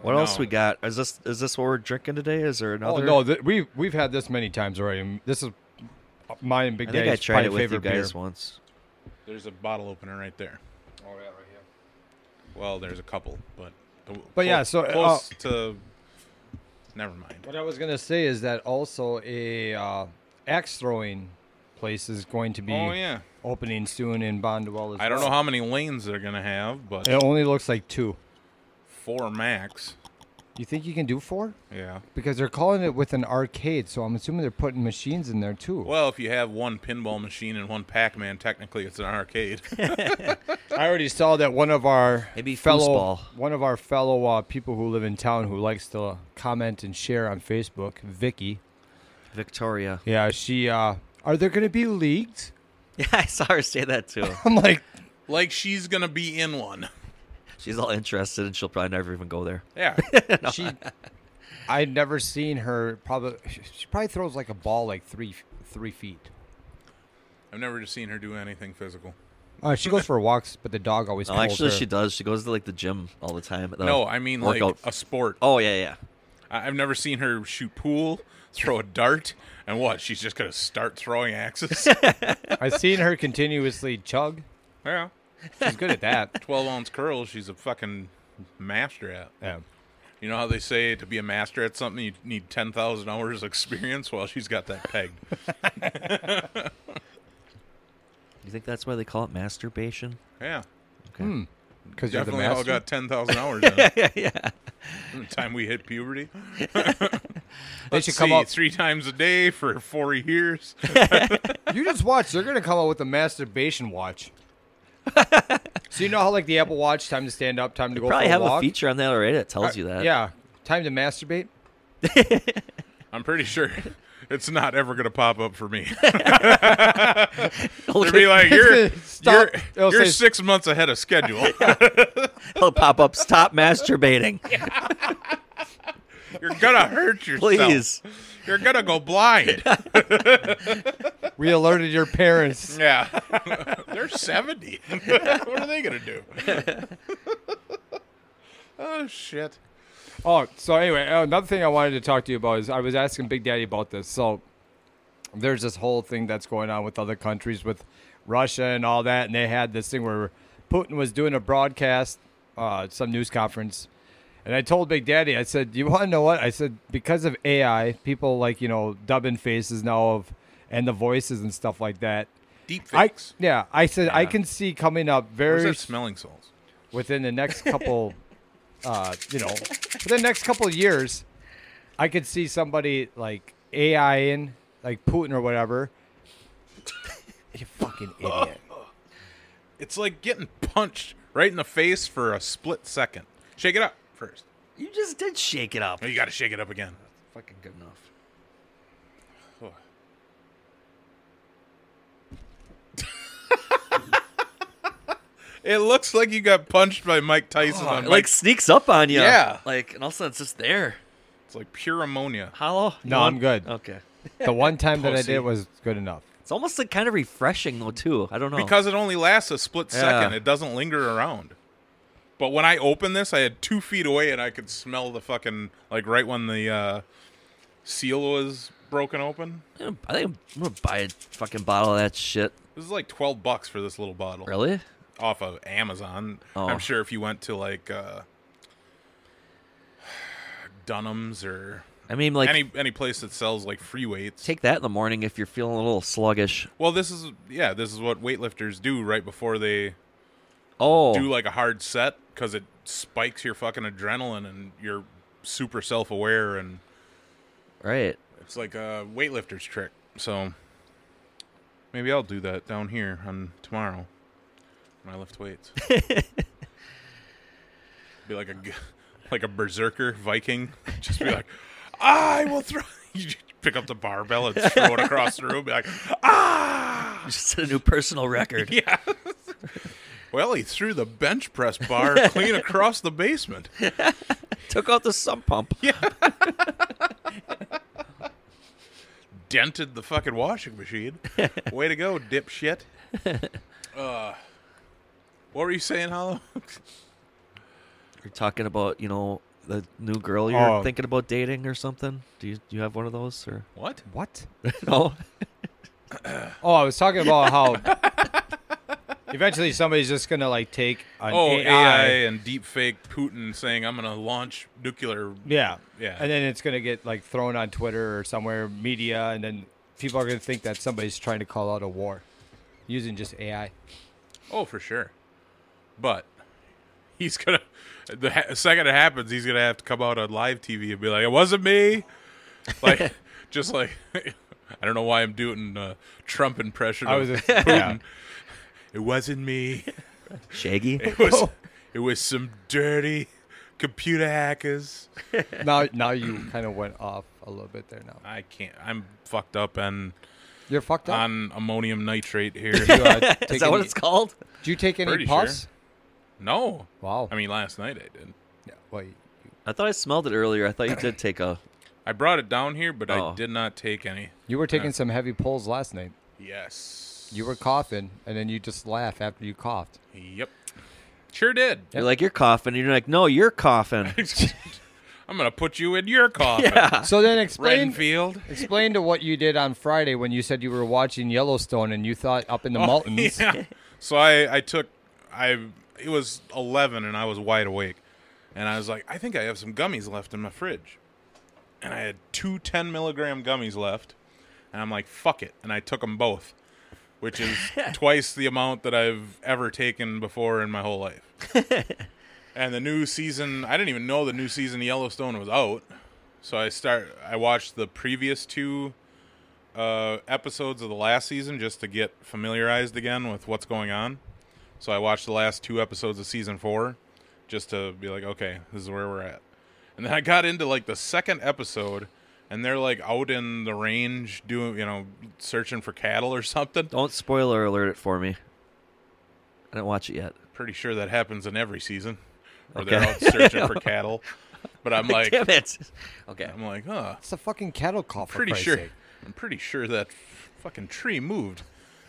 What else No. we got? Is this is this what we're drinking today? Is there Oh another? no, th- we we've had this many times already. and This is my and Big I think I Daddy's tried probably it with you favorite guys beer. once. There's a bottle opener right there. Well, there's a couple, but but yeah, so, uh, close to. Never mind. What I was gonna say is that also a uh, axe throwing place is going to be Oh yeah, opening soon in Bondwell as I don't know well. how many lanes they're gonna have, but It only looks like two. four max. You think you can do four? Yeah. Because they're calling it with an arcade, so I'm assuming they're putting machines in there too. Well, if you have one pinball machine and one Pac-Man, technically it's an arcade. I already saw that one of our Maybe fellow foosball. one of our fellow uh, people who live in town who likes to comment and share on Facebook, Vicky. Victoria. Yeah, she. uh Are there going to be leagues? Yeah, I saw her say that too. I'm like, like she's gonna be in one. She's all interested, and she'll probably never even go there. Yeah. she. I'd never seen her. Probably she probably throws like a ball like three three feet. I've never just seen her do anything physical. Uh, she goes for walks, but the dog always. No, calls actually, her. she does. She goes to like the gym all the time. The No, I mean Oh. workout. like a sport. oh yeah, yeah. I- I've never seen her shoot pool, throw a dart, and what? She's just gonna start throwing axes. I've seen her continuously chug. yeah, She's good at that. twelve ounce curls. She's a fucking master at. Yeah. You know how they say to be a master at something, you need ten thousand hours of experience. Well, she's got that pegged. You think that's why they call it masturbation? Yeah, Because you're the definitely all master. got ten thousand hours. In it. yeah, From the time we hit puberty, they Let's should come see, up. three times a day for four years. You just watch. They're gonna come out with a masturbation watch. so you know how like the Apple Watch, time to stand up, time to go Probably for a have walk. a feature on that already that tells you that. Yeah, time to masturbate. I'm pretty sure. It's not ever going to pop up for me. it'll, They'd be like, you're, gonna stop. you're, It'll you're say- six months ahead of schedule. it'll pop up. Stop masturbating, You're gonna hurt yourself. please. You're gonna go blind. We alerted your parents. yeah. They're 70. what are they gonna do? oh shit. Oh, so anyway, uh, another thing I wanted to talk to you about is I was asking Big Daddy about this. So there's this whole thing that's going on with other countries with Russia and all that, and they had this thing where Putin was doing a broadcast, uh, some news conference, and I told Big Daddy, I said, "You want to know what?" I said, "Because of AI, people like you know dubbing faces now of and the voices and stuff like that." Deep I, fakes. yeah, I said I can see coming up Where's very that smelling salts? within the next couple, uh, you know, within the next couple of years, I could see somebody like AI in, like Putin or whatever. You fucking idiot. It's like getting punched right in the face for a split second. Shake it up first. You just did shake it up. Oh, you gotta shake it up again. Fucking good enough. It looks like you got punched by Mike Tyson on It Mike. Oh, like sneaks up on you. Yeah. Like, and all of a sudden it's just there. it's like pure ammonia. Hollow. You No, want- I'm good. Okay. The one time that I Pussy. did was good enough. It's almost like kind of refreshing though too. I don't know. because it only lasts a split Oh. Yeah. second. It doesn't linger around. But when I opened this, I had two feet away, and I could smell the fucking like right when the uh, seal was broken open. I think I'm gonna buy a fucking bottle of that shit. This is like twelve bucks for this little bottle Really? off of Amazon. Oh. I'm sure if you went to like uh, Dunham's or I mean, like, any any place that sells like free weights, take that in the morning if you're feeling a little sluggish. well, this is yeah, this is what weightlifters do right before they Oh, do like a hard set because it spikes your fucking adrenaline and you're super self aware and right. it's like a weightlifter's trick. So maybe I'll do that down here on tomorrow when I lift weights. be like a g- like a berserker Viking. Just be like, I will throw. You just pick up the barbell and throw it across the room. Be like, ah, Just set a new personal record. yeah. well, he threw the bench press bar clean across the basement. Took out the sump pump. dented the fucking washing machine. Way to go, dipshit. Uh, what were you saying, Hollow? You're talking about, you know, the new girl you're Oh. thinking about dating or something. Do you do you have one of those or What? What? no? Oh, I was talking about how eventually somebody's just gonna like take an Oh, AI. AI. and deepfake Putin saying I'm gonna launch nuclear. Yeah. Yeah. And then it's going to get like thrown on Twitter or somewhere, media, and then people are going to think that somebody's trying to call out a war using just AI. Oh, for sure. But he's gonna. The ha- second it happens, he's gonna have to come out on live TV and be like, "It wasn't me." Like, just like I don't know why I'm doing a Trump impression. I of was just- Putin. yeah. It wasn't me. Shaggy. It was it was some dirty computer hackers. Now, now you kind of went off a little bit there. Now I can't. I'm fucked up and you're fucked up. on ammonium nitrate here. Do you, uh, take Is that what any- it's called? Do you take any Pretty pus? sure. no, Wow. Oh. I mean last night I did. yeah, well, you, I thought I smelled it earlier. I thought you did take a. I brought it down here, but Oh. I did not take any. You were taking some heavy pulls last night. Yes. You were coughing, and then you just laugh after you coughed. Yep. Sure did. You're like you're coughing. And you're like, no, you're coughing. I'm gonna put you in your coffin. yeah. So then explain Renfield. explain to what you did on Friday when you said you were watching Yellowstone and you thought up in Oh, the mountains. Yeah. So I, I took I it was eleven and I was wide awake. And I was like, I think I have some gummies left in my fridge. And I had two 10 milligram gummies left. And I'm like, fuck it. And I took them both, which is twice the amount that I've ever taken before in my whole life. and the new season, I didn't even know the new season of Yellowstone was out. So I start I watched the previous two uh, episodes of the last season just to get familiarized again with what's going on. So I watched the last two episodes of season four just to be like, okay, this is where we're at. And then I got into like the second episode, and they're like out in the range doing, you know, searching for cattle or something. Don't spoiler alert it for me. I didn't watch it yet. Pretty sure that happens in every season, where Okay. they're out searching for cattle. But I'm like, Damn it. Okay. I'm like, huh, It's a fucking cattle cough. for pretty Christ's sure. sake. I'm pretty sure that fucking tree moved.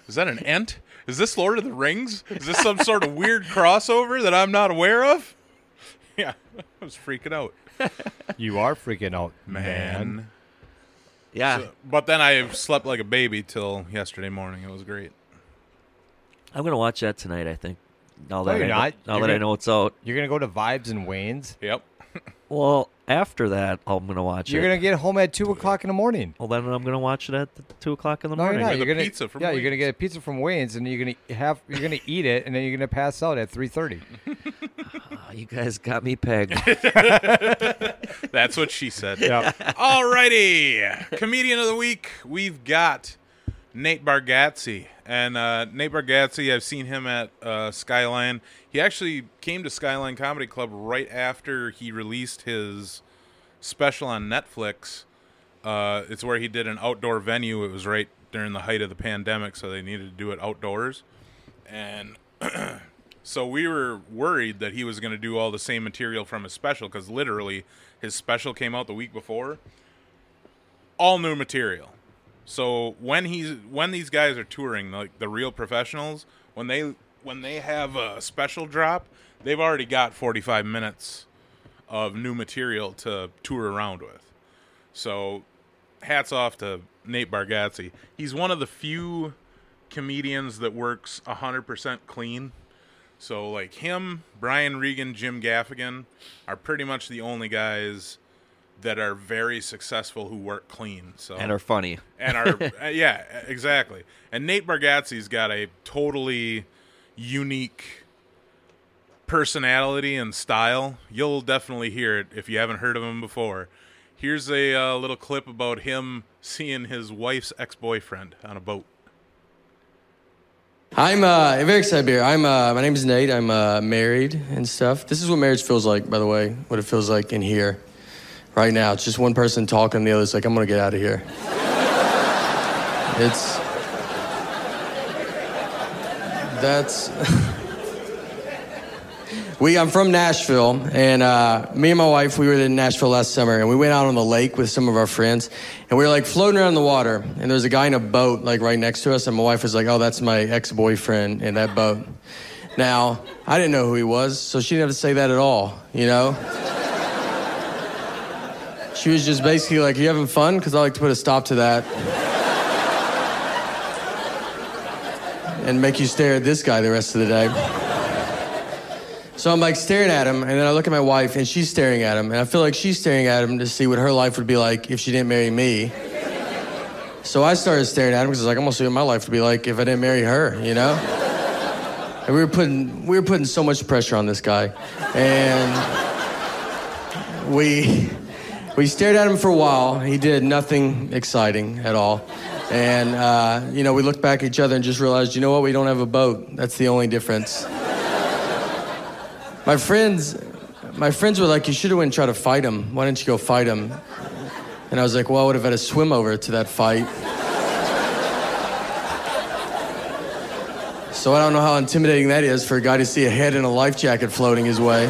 Is that an ant? Is this Lord of the Rings? Is this some sort of weird crossover that I'm not aware of? Yeah, I was freaking out, You are freaking out, man. Yeah. So- but then I slept like a baby till yesterday morning. It was great. I'm gonna watch that tonight. I think. Now that you're I know, not. now You're that I gonna- know it's out. You're gonna go to Vibes and Wayne's. Yep. Well, after that, I'm gonna watch You're it. gonna get home at two o'clock in the morning. Well, then I'm gonna watch it at th- two o'clock in the No, you're morning. not. Or the You're gonna pizza from yeah. You're gonna Wayne's. get a pizza from Wayne's, and you're gonna have you're gonna eat it, and then you're gonna pass out at three thirty. Ah, you guys got me pegged. That's what she said. Yeah. Alrighty, comedian of the week, we've got Nate Bargatze, and uh, Nate Bargatze, I've seen him at uh, Skyline. He actually came to Skyline Comedy Club right after he released his special on Netflix. Uh, it's where he did an outdoor venue. It was right during the height of the pandemic, so they needed to do it outdoors, and so we were worried that he was going to do all the same material from his special because literally his special came out the week before. All new material. So when he's when these guys are touring, like the real professionals, when they when they have a special drop, they've already got 45 minutes of new material to tour around with. So hats off to Nate Bargatze. He's one of the few comedians that works 100% clean. So like him, Brian Regan, Jim Gaffigan are pretty much the only guys that are very successful who work clean. So and are funny. and are uh, yeah, exactly. And Nate Bargatze's got a totally unique personality and style. You'll definitely hear it if you haven't heard of him before. Here's a uh, little clip about him seeing his wife's ex-boyfriend on a boat. I'm uh, very excited to be here. I'm uh, my name is Nate. I'm uh, married and stuff. This is what marriage feels like, by the way. What it feels like in here, right now. It's just one person talking, the other's like, "I'm gonna get out of here." it's that's we. I'm from Nashville, and uh, me and my wife we were in Nashville last summer, and we went out on the lake with some of our friends, and we were like floating around in the water, and there was a guy in a boat like right next to us, and my wife was like, "Oh, that's my ex-boyfriend in that boat." Now I didn't know who he was, so she didn't have to say that at all, you know. She was just basically like, "You having fun?" Because I like to put a stop to that. and make you stare at this guy the rest of the day. So I'm like staring at him, and then I look at my wife, and she's staring at him, and I feel like she's staring at him to see what her life would be like if she didn't marry me. So I started staring at him because I was like, I'm gonna see what my life would be like if I didn't marry her, you know? And we were putting we were putting so much pressure on this guy, and we we stared at him for a while. He did nothing exciting at all. And, uh, you know, we looked back at each other and just realized, you know what, we don't have a boat. That's the only difference. my friends, my friends were like, you should have went and tried to fight him. Why didn't you go fight him? And I was like, well, I would have had to swim over to that fight. So I don't know how intimidating that is for a guy to see a head in a life jacket floating his way.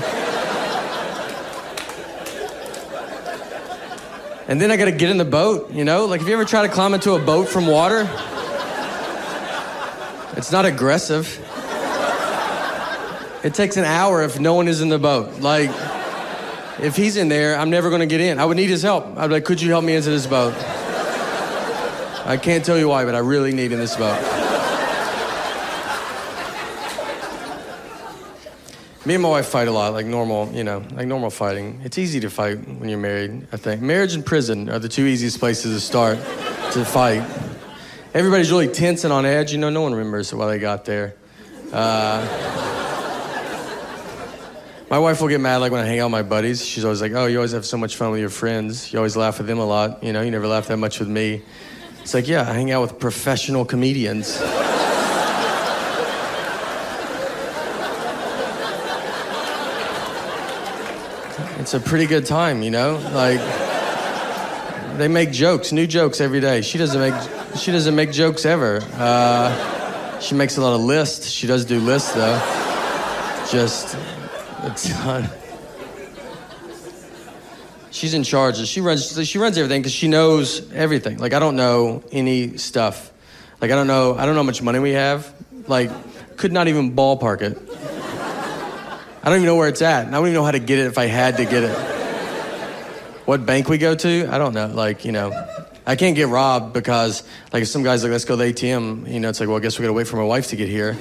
And then I gotta get in the boat, you know? Like, have you ever tried to climb into a boat from water? It's not aggressive. It takes an hour if no one is in the boat. Like, if he's in there, I'm never gonna get in. I would need his help. I'd be like, could you help me into this boat? I can't tell you why, but I really need in this boat. Me and my wife fight a lot, like normal, you know, like normal fighting. It's easy to fight when you're married, I think. Marriage and prison are the two easiest places to start to fight. Everybody's really tense and on edge, you know, no one remembers why they got there. My wife will get mad like when I hang out with my buddies. She's always like, "Oh, you always have so much fun with your friends. You always laugh with them a lot. You know, you never laugh that much with me." It's like, yeah, I hang out with professional comedians. it's a pretty good time, you know? Like they make jokes, new jokes every day. She doesn't make she doesn't make jokes ever. Uh, she makes a lot of lists. She does do lists though. Just a ton. She's in charge. She runs. She runs everything because she knows everything. Like I don't know any stuff. Like I don't know. I don't know how much money we have. Like could not even ballpark it. I don't even know where it's at. And I don't even know how to get it if I had to get it. What bank we go to? I don't know. Like you know, I can't get robbed because like if some guys like let's go to the ATM. You know, it's like well I guess we gotta wait for my wife to get here.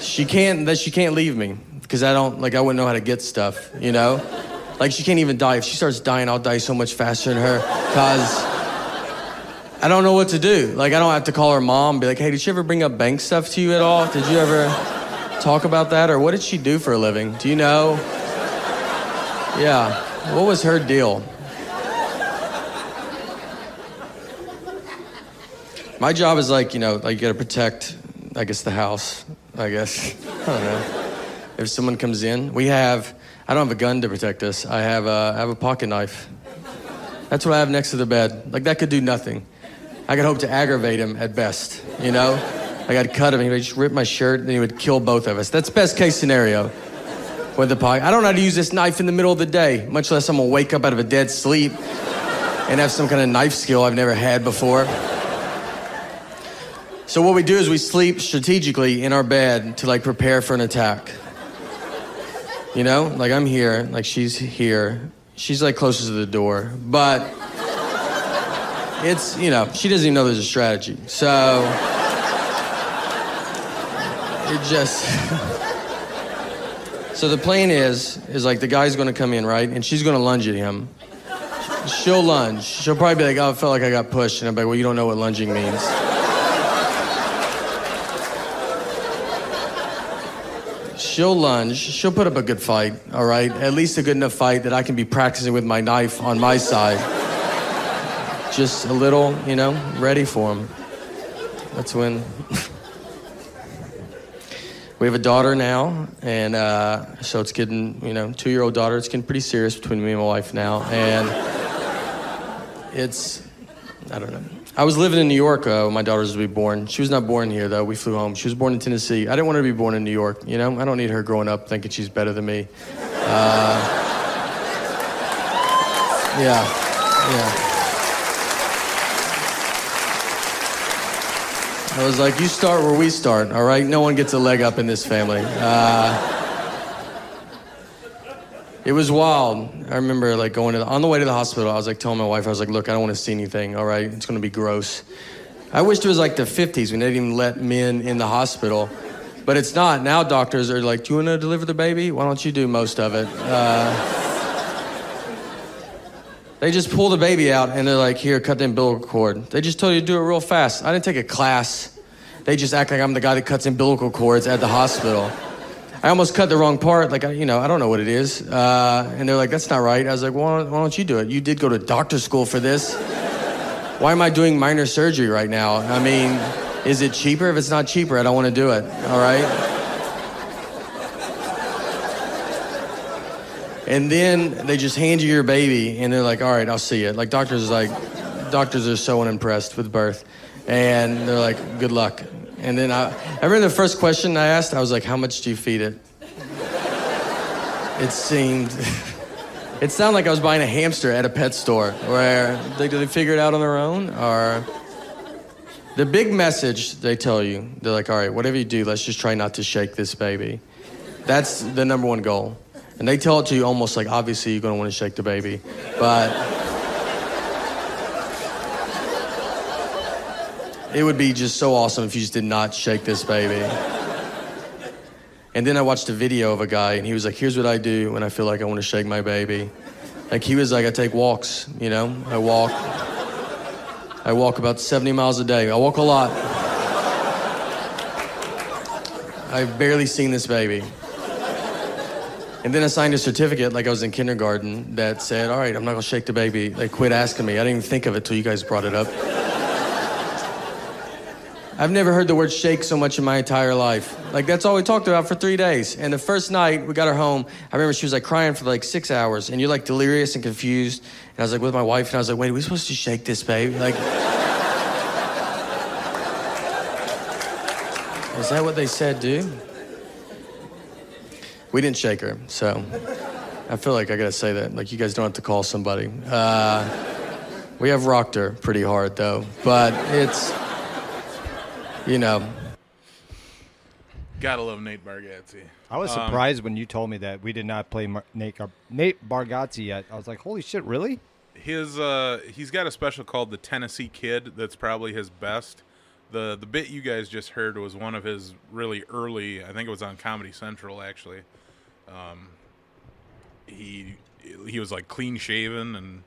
she can't that she can't leave me because I don't like I wouldn't know how to get stuff, you know? Like she can't even die. If she starts dying, I'll die so much faster than her cuz I don't know what to do. Like I don't have to call her mom and be like, "Hey, did she ever bring up bank stuff to you at all? Did you ever talk about that or what did she do for a living? Do you know?" Yeah. What was her deal? My job is like, you know, like you gotta protect, I guess, the house. I guess. I don't know. If someone comes in, we have, I don't have a gun to protect us. I have a, I have a pocket knife. That's what I have next to the bed. Like, that could do nothing. I could hope to aggravate him at best, you know? Like, I'd cut him, he would just rip my shirt, and he would kill both of us. That's best case scenario. With the pocket. I don't know how to use this knife in the middle of the day, much less I'm gonna wake up out of a dead sleep and have some kind of knife skill I've never had before. So what we do is we sleep strategically in our bed to like prepare for an attack. You know, like I'm here, like she's here. She's like closest to the door, but it's, you know, she doesn't even know there's a strategy. So it just So the plan is is like the guy's going to come in, right? And she's going to lunge at him. She'll lunge. She'll probably be like, "Oh, I felt like I got pushed." And I'm like, "Well, you don't know what lunging means." She'll lunge. She'll put up a good fight, all right? At least a good enough fight that I can be practicing with my knife on my side. Just a little, you know, ready for him. That's when. we have a daughter now, and uh, so it's getting, you know, two year old daughter. It's getting pretty serious between me and my wife now. And it's, I don't know. I was living in New York uh, when my daughter was to be born. She was not born here though. We flew home. She was born in Tennessee. I didn't want her to be born in New York. You know, I don't need her growing up thinking she's better than me. Uh, yeah, yeah. I was like, you start where we start. All right, no one gets a leg up in this family. Uh, it was wild. I remember like going to the, on the way to the hospital. I was like telling my wife, I was like, "Look, I don't want to see anything. All right, it's going to be gross." I wished it was like the '50s when they didn't even let men in the hospital, but it's not. Now doctors are like, "Do you want to deliver the baby? Why don't you do most of it?" Uh, they just pull the baby out and they're like, "Here, cut the umbilical cord." They just tell you to do it real fast. I didn't take a class. They just act like I'm the guy that cuts umbilical cords at the hospital. I almost cut the wrong part. Like, I, you know, I don't know what it is. Uh, and they're like, that's not right. I was like, why don't, why don't you do it? You did go to doctor school for this. Why am I doing minor surgery right now? I mean, is it cheaper? If it's not cheaper, I don't want to do it. All right. And then they just hand you your baby, and they're like, all right, I'll see it. Like, doctors are like, doctors are so unimpressed with birth. And they're like, good luck. And then I, I remember the first question I asked, I was like, how much do you feed it? it seemed It sounded like I was buying a hamster at a pet store. Where like, do they figure it out on their own, or the big message they tell you? They're like, all right, whatever you do, let's just try not to shake this baby. That's the number one goal, and they tell it to you almost like obviously you're gonna want to shake the baby, but it would be just so awesome if you just did not shake this baby. And then I watched a video of a guy, and he was like, "Here's what I do when I feel like I want to shake my baby." Like he was like, "I take walks, you know. I walk. I walk about 70 miles a day. I walk a lot. I've barely seen this baby." And then I signed a certificate, like I was in kindergarten, that said, "All right, I'm not gonna shake the baby. Like, quit asking me. I didn't even think of it till you guys brought it up." I've never heard the word shake so much in my entire life. Like that's all we talked about for three days. And the first night we got her home, I remember she was like crying for like six hours, and you're like delirious and confused. And I was like with my wife, and I was like, "Wait, are we supposed to shake this, babe? Like, is that what they said, dude?" We didn't shake her, so I feel like I gotta say that. Like you guys don't have to call somebody. Uh, we have rocked her pretty hard though, but it's you know. Gotta love Nate Bargatze. I was surprised when you told me that we did not play Mar- Nate, Gar- Nate Bargatze yet. I was like, holy shit, really? his uh he's got a special called the Tennessee Kid that's probably his best. The the bit you guys just heard was one of his really early. I think it was on Comedy Central actually. Um, he he was like clean shaven and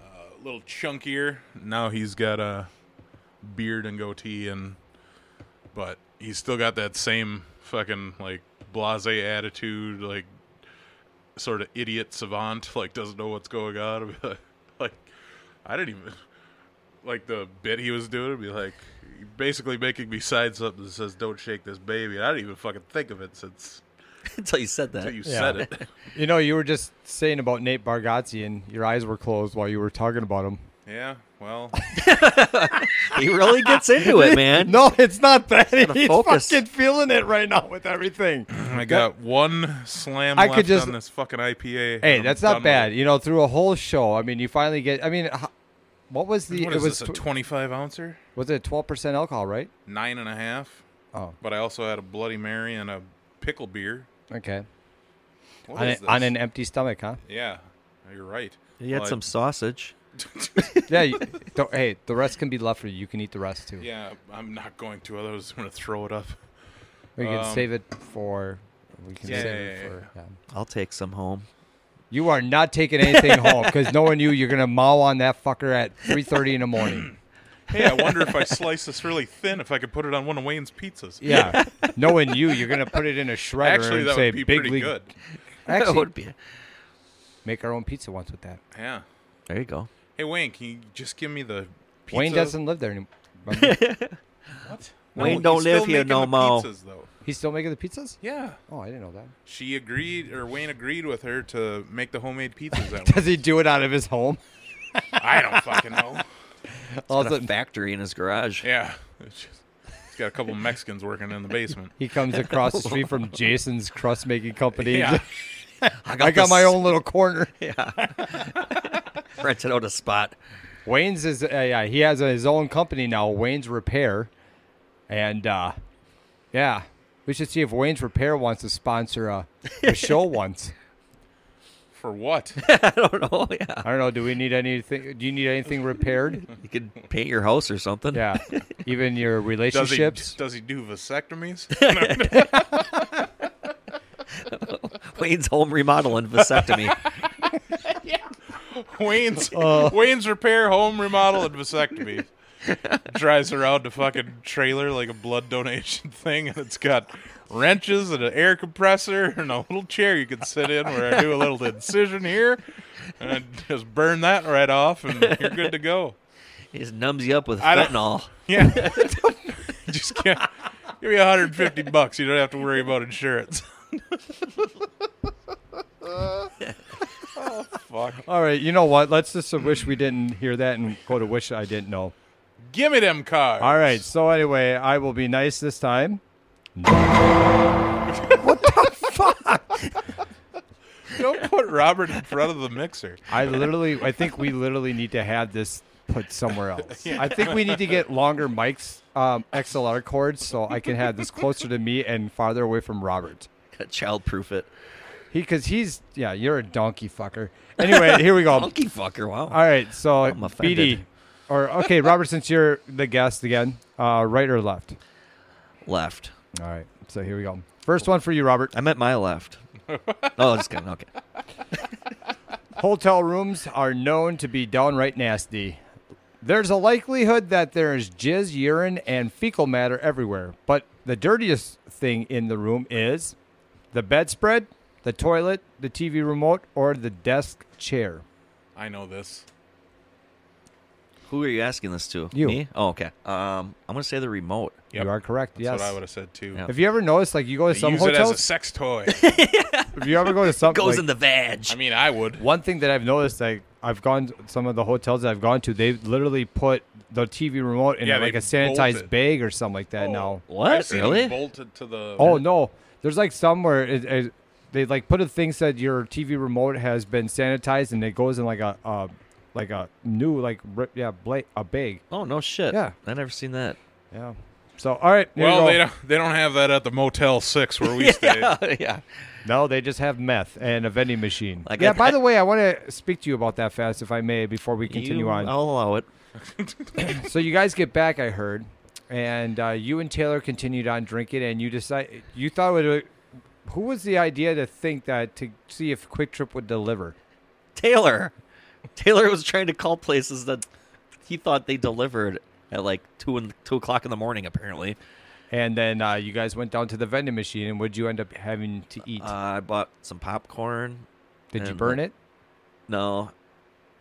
uh, a little chunkier. Now he's got a beard and goatee and but he's still got that same fucking like blasé attitude like sort of idiot savant, like doesn't know what's going on. I'd be like, like, I didn't even like the bit he was doing. It'd be like basically making me sign something that says "Don't shake this baby." And I didn't even fucking think of it since Until you said that. until you said it. You know, you were just saying about Nate Bargatze, and your eyes were closed while you were talking about him. yeah, well, He really gets into it, man. No, it's not that. He's focus. fucking feeling it right now with everything. I got one slam I left could just- on this fucking IPA. Hey, I'm that's done not with bad. it. You know, through a whole show, I mean, you finally get. I mean, h- what was the? What it is was this? A tw- twenty-five ouncer, was it twelve percent alcohol, right? nine and a half. Oh. but I also had a Bloody Mary and a pickle beer. Okay. What On, is a- on this? an empty stomach, huh? yeah, you're right. He had Well, I- some sausage. Yeah. You, don't, hey, the rest can be left for you. You can eat the rest too. Yeah, I'm not going to. Otherwise, I'm going to throw it up. We can Um, save it for. We can Yeah, save yeah, it yeah, for. yeah. I'll take some home. You are not taking anything home because knowing you, you're gonna maul on that fucker at 3:30 in the morning. Hey, I wonder if I slice this really thin, if I could put it on one of Wayne's pizzas. Yeah. knowing you, you're gonna put it in a shredder Actually, and that say would be big pretty league. good. Actually, that would be. make our own pizza once with that. Yeah. There you go. Hey, Wayne, can you just give me the pizza? Wayne doesn't live there anymore. What? Wayne he's don't still live here making no the more. Pizzas, though. He's still making the pizzas? Yeah. Oh, I didn't know that. She agreed, or Wayne agreed with her to make the homemade pizzas that way. Does he do it out of his home? I don't fucking know. All of a Got a sudden, factory in his garage. Yeah. It's just, he's got a couple Mexicans working in the basement. he comes across the street from Jason's crust making company. Yeah. I I got this- my own little corner. Rented out a spot. Wayne's is uh, yeah, he has his own company now, Wayne's Repair, and uh, yeah, we should see if Wayne's Repair wants to sponsor a, a show once. For what? I don't know. Yeah. I don't know. Do we need anything? Do you need anything repaired? You could paint your house or something. Yeah, even your Does he, relationships. does he do vasectomies? Wayne's home remodeling vasectomy. Wayne's Oh. Wayne's repair, home remodel, and vasectomy. Drives around a fucking trailer like a blood donation thing, and it's got wrenches and an air compressor and a little chair you can sit in where I do a little incision here, and I just burn that right off, and you're good to go. He just numbs you up with I don't- fentanyl. Yeah, just can't. give me 150 bucks. You don't have to worry about insurance. oh fuck! All right, you know what? Let's just uh, wish we didn't hear that and go to wish I didn't know. Give me them cars. All right. So anyway, I will be nice this time. what the Don't put Robert in front of the mixer. I literally, I think we literally need to have this put somewhere else. I think we need to get longer mics, um, XLR cords, so I can have this closer to me and farther away from Robert. Childproof it. He, because he's, yeah, you're a donkey fucker. Anyway, here we go. Monkey fucker. Wow. All right, so I'm BD, offended. or okay, Robert, since you're the guest again, uh, right or left? Left. All right, so here we go. First one for you, Robert. I meant my left. oh, just kidding. Okay. Hotel rooms are known to be downright nasty. There's a likelihood that there is jizz, urine, and fecal matter everywhere, but the dirtiest thing in the room is the bedspread, the toilet, the TV remote, or the desk chair. I know this. Who are you asking this to? You. Me? Oh, okay. Um, I'm gonna say the remote. Yep. You are correct. That's yes. what I would have said too. Yeah. Have you ever noticed, like, you go to They some use it as a hotels? sex toy. If you ever go to some, Goes like, in the vag. I mean, I would. one thing that I've noticed, like I've gone some of the hotels that I've gone to, they literally put the TV remote in Yeah, like they a bolt sanitized it. Oh. bag or something like that. Now, What? I've seen them Really? Bolted to the. oh no, there's like somewhere it, it, they like put a thing said your TV remote has been sanitized and it goes in like a, uh, like a new like ri- yeah bla- a bag. oh no shit. Yeah. I never seen that. Yeah. So all right, here Well, you they go. don't. They don't have that at the Motel Six where we stayed. yeah. no, they just have meth and a vending machine. Like yeah. I- by the way, I want to speak to you about that fast, if I may, before we continue You- on. I'll allow it. So you guys get back, I heard, and uh, you and Taylor continued on drinking, and you decide you thought it would. Who was the idea to think that to see if Quick Trip would deliver? Taylor. Taylor was trying to call places that he thought they delivered at like two and two o'clock in the morning. Apparently, And then uh, you guys went down to the vending machine, and what'd you end up having to eat? uh, I bought some popcorn. Did you and burn the- it? No,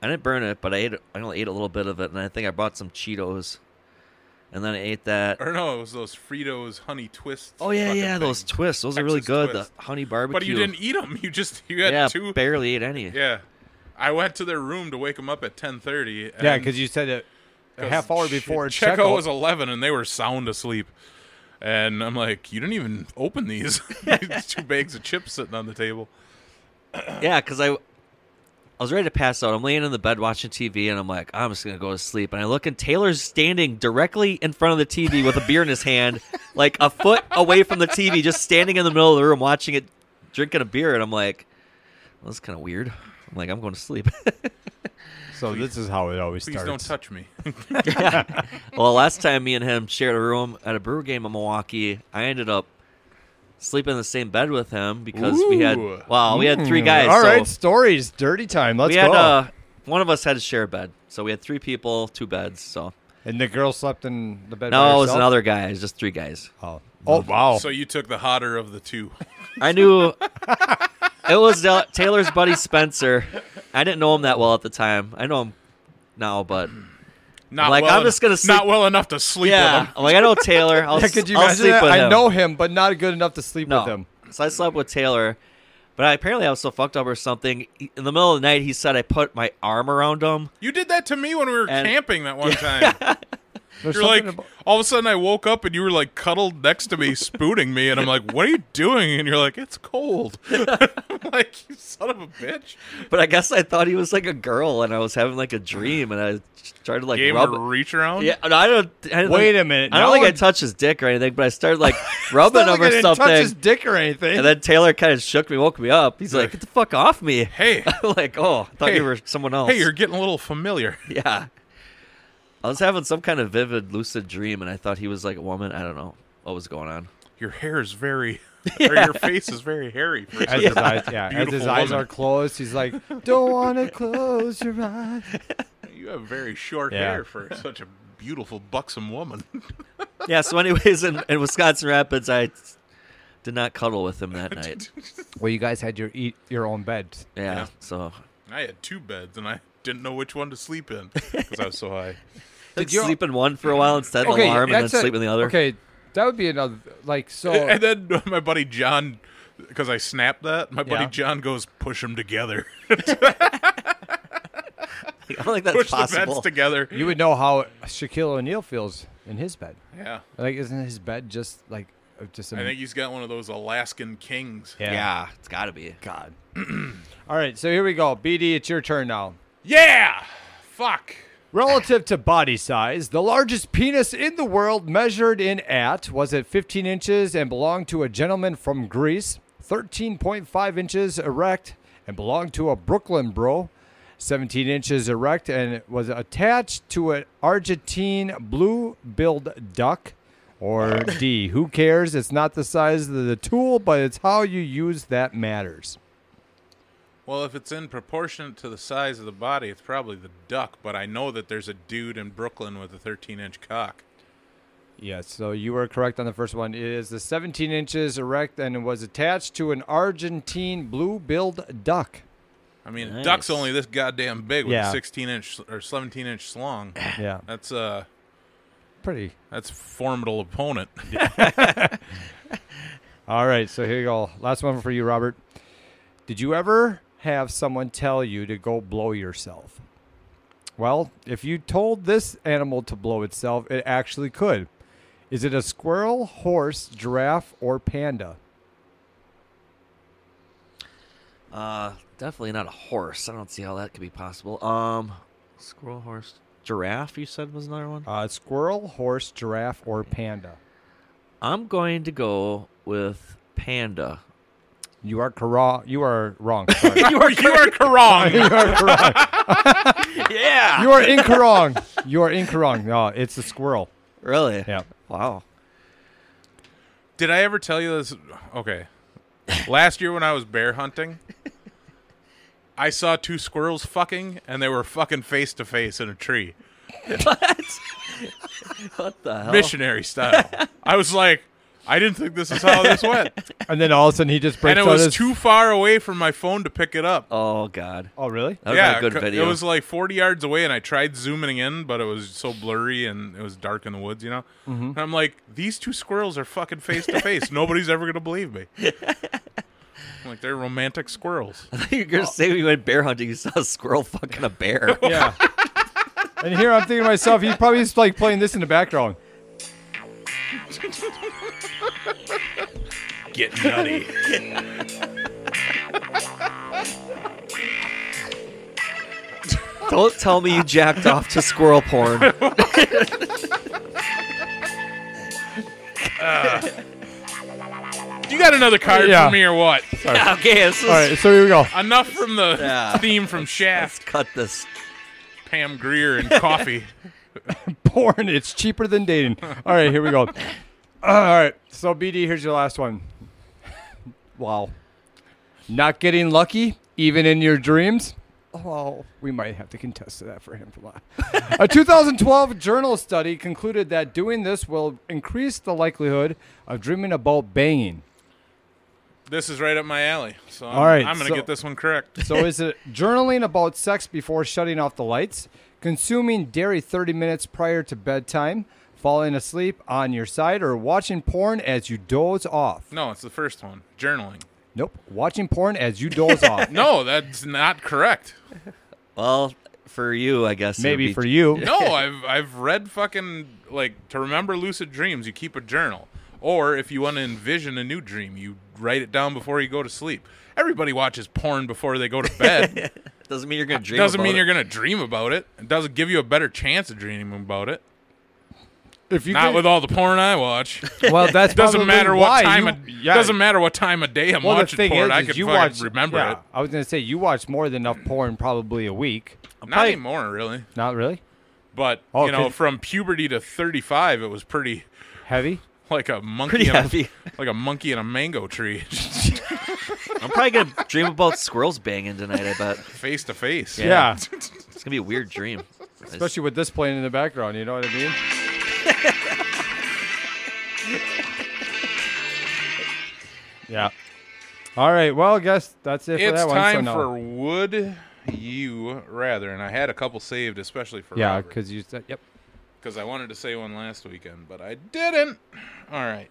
I didn't burn it, but I ate. I only ate a little bit of it, and I think I bought some Cheetos, and then I ate that. or no, it was those Fritos honey twists. Oh yeah, fucking yeah, those things. twists. Those are really Texas good. twist. The honey barbecue. But you didn't eat them. You just you had yeah, two. barely ate any. Yeah, I went to their room to wake them up at ten thirty. Yeah, because you said it a half hour before checkout, checkout. was eleven, and they were sound asleep. And I'm like, you didn't even open these. These two bags of chips sitting on the table. Yeah, because I, I was ready to pass out. I'm laying in the bed watching TV, and I'm like, I'm just gonna go to sleep. And I look, and Taylor's standing directly in front of the TV with a beer in his hand, like a foot away from the TV, just standing in the middle of the room watching it, drinking a beer. And I'm like, well, that's kind of weird. I'm like, I'm going to sleep. so this is how it always Please starts. don't touch me. well, last time me and him shared a room at a brewer game in Milwaukee, I ended up sleeping in the same bed with him because we had Ooh. well, Uh, we had three guys. Hmm. All so right, stories, dirty time. Let's we had go. uh, one of us had to share a bed, so we had three people, two beds. So and the girl slept in the bed. by no, it was herself? another guy. It was just three guys. Oh, oh wow. So you took the hotter of the two. I knew it was uh, Taylor's buddy Spencer. I didn't know him that well at the time. I know him now, but Not Like, well I'm en- just gonna sleep- Not well enough to sleep with yeah, them. I'm like I know Taylor. I'll, Yeah, could you will imagine sleep that? with him. I know him, but not good enough to sleep No. with him. So I slept with Taylor, but I, apparently I was so fucked up or something. He- In the middle of the night, he said I put my arm around him. You did that to me when we were And- camping that one time. There's You're like, all of a sudden I woke up and you were like cuddled next to me, spooning me, and I'm like, what are you doing? And you're like, it's cold. I'm like, you son of a bitch. But I guess I thought he was like a girl, and I was having like a dream, and I tried to like Gave rub. him a reach around. yeah, no, I don't. I didn't Wait think- a minute, I don't now think I I'm- touched his dick or anything, but I started like rubbing him or something. touch his dick or anything. and then Taylor kind of shook me, woke me up. He's like, "Get the fuck off me!" Hey. I'm like, "Oh, I thought Hey. you were someone else." Hey, you're getting a little familiar. yeah. I was having some kind of vivid, lucid dream, and I thought he was like a woman. I don't know what was going on. Your hair is very, or your face is very hairy. for as such his eyes, yeah, as his Beautiful eyes woman. are closed, he's like, "Don't want to close your eyes." a- You have very short Yeah. hair for such a beautiful, buxom woman. yeah. So, anyways, in, in Wisconsin Rapids, I did not cuddle with him that night. Well, you guys had your eat your own bed. Yeah. Yeah. So I had two beds and I didn't know which one to sleep in because I was so high. did you- sleep in one for a while instead of Okay, alarm, and then that's a- sleep in the other. Okay, that would be another like so. And then my buddy John, because I snapped that, my buddy Yeah. John goes, push them together. I don't think that's push the possible. beds together. you would know how Shaquille O'Neal feels in his bed. yeah. Like, isn't his bed just like uh, just I think he's got one of those Alaskan kings. Yeah. it's got to be. God. All right, so here we go. BD, it's your turn now. Yeah! Fuck. Relative to body size, the largest penis in the world measured in at was at 15 inches and belonged to a gentleman from Greece, 13.5 inches erect and belonged to a Brooklyn bro, 17 inches erect and was attached to an Argentine blue-billed duck or D. Who cares? It's not the size of the tool, but it's how you use that matters. Well, if it's in proportion to the size of the body, it's probably the duck, but I know that there's a dude in Brooklyn with a 13 inch cock. Yes, so you were correct on the first one. It is the 17 inches erect and was attached to an Argentine blue-billed duck. I mean, a Nice. duck's only this goddamn big with Yeah. a 16 inch or 17 inch slong. Yeah, That's uh, pretty. that's a formidable opponent. All right, so here you go. Last one for you, Robert. Did you ever have someone tell you to go blow yourself? Well, if you told this animal to blow itself, it actually could. Is it a squirrel, horse, giraffe, or panda? Uh, definitely not a horse. I don't see how that could be possible. Um, squirrel, horse, giraffe. You said was another one. Uh, squirrel, horse, giraffe, or panda? I'm going to go with panda. You are cora- You are wrong. Sorry. you are you are wrong. you are correct. Yeah. You are incorrect. You are incorrect. No, it's a squirrel. Really? Yeah. Wow. Did I ever tell you this? Okay, last year when I was bear hunting, I saw two squirrels fucking, and they were fucking face to face in a tree. What the hell? missionary style. I was like, I didn't think this is how this went, And then all of a sudden he just and breaks it out was his- too far away from my phone to pick it up. Oh God. Oh, really? That yeah, yeah, been a c- good video. it was like 40 yards away, and I tried zooming in, but it was so blurry and it was dark in the woods, you know. And I'm like, these two squirrels are fucking face to face. Nobody's ever gonna believe me. I'm like they're romantic squirrels. You're gonna say we went bear hunting. You saw a squirrel fucking a bear. Yeah. and here I'm thinking to myself, he's probably just like playing this in the background. Get nutty. Don't tell me you jacked off to squirrel porn. you got another card Yeah. for me or what? okay, this is, All right, so here we go. Enough from the Yeah. theme from let's Shaft, cut this. Pam Greer, and coffee. Porn, it's cheaper than dating. All right, here we go. All right, so BD, here's your last one. wow. Not getting lucky, even in your dreams? Oh, we might have to contest that for him. For that. a 2012 journal study concluded that doing this will increase the likelihood of dreaming about banging. This is right up my alley. So I'm, All right, I'm going to so- get this one correct. So is it journaling about sex before shutting off the lights, consuming dairy 30 minutes prior to bedtime, falling asleep on your side, or watching porn as you doze off? No, it's the first one. Journaling. Nope. Watching porn as you doze off. No, that's not correct. Well, for you, I guess. it would Maybe be- for you. No, I've I've read fucking like to remember lucid dreams, you keep a journal. Or if you want to envision a new dream, you write it down before you go to sleep. Everybody watches porn before they go to bed. Doesn't mean you're gonna dream. doesn't about mean it. you're going to dream about it. It doesn't give you a better chance of dreaming about it. If you Not could- with all the porn I watch. well, that's Doesn't probably matter why what time you- of, yeah. doesn't matter what time of day I'm Well, the watching thing porn. is, I is can you fucking watch, remember yeah, it. I was gonna say you watch more than enough porn probably a week. Not probably- anymore, really. Not really But Oh, you know, 'cause- from puberty to thirty-five, it was pretty heavy. like a monkey, Pretty in a- heavy. like a monkey in a mango tree, I'm probably gonna dream about squirrels banging tonight. I bet face to face. Yeah. it's gonna be a weird dream. especially with this playing in the background. You know what I mean? yeah. All right. Well, I guess that's it for It's that one. time so no. for would you rather, and I had a couple saved, especially for yeah, because you said yep. because I wanted to say one last weekend, but I didn't. All right.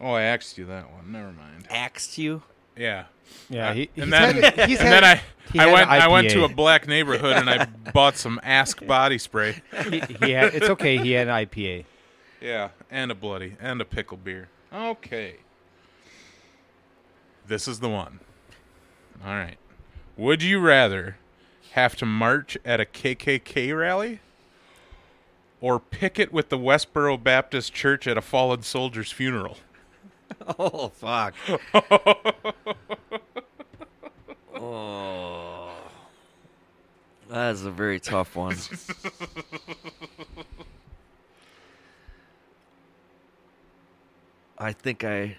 Oh, I asked you that one. Never mind. axed you. Yeah. Yeah, he, and then, and then I, he I had went an I went to IPA. a black neighborhood and I bought some Ask body spray. he had, it's okay. He had an IPA. Yeah, and a bloody and a pickle beer. Okay. This is the one. All right. Would you rather have to march at a KKK rally or picket with the Westboro Baptist Church at a fallen soldier's funeral? Oh fuck. That is a very tough one. I think I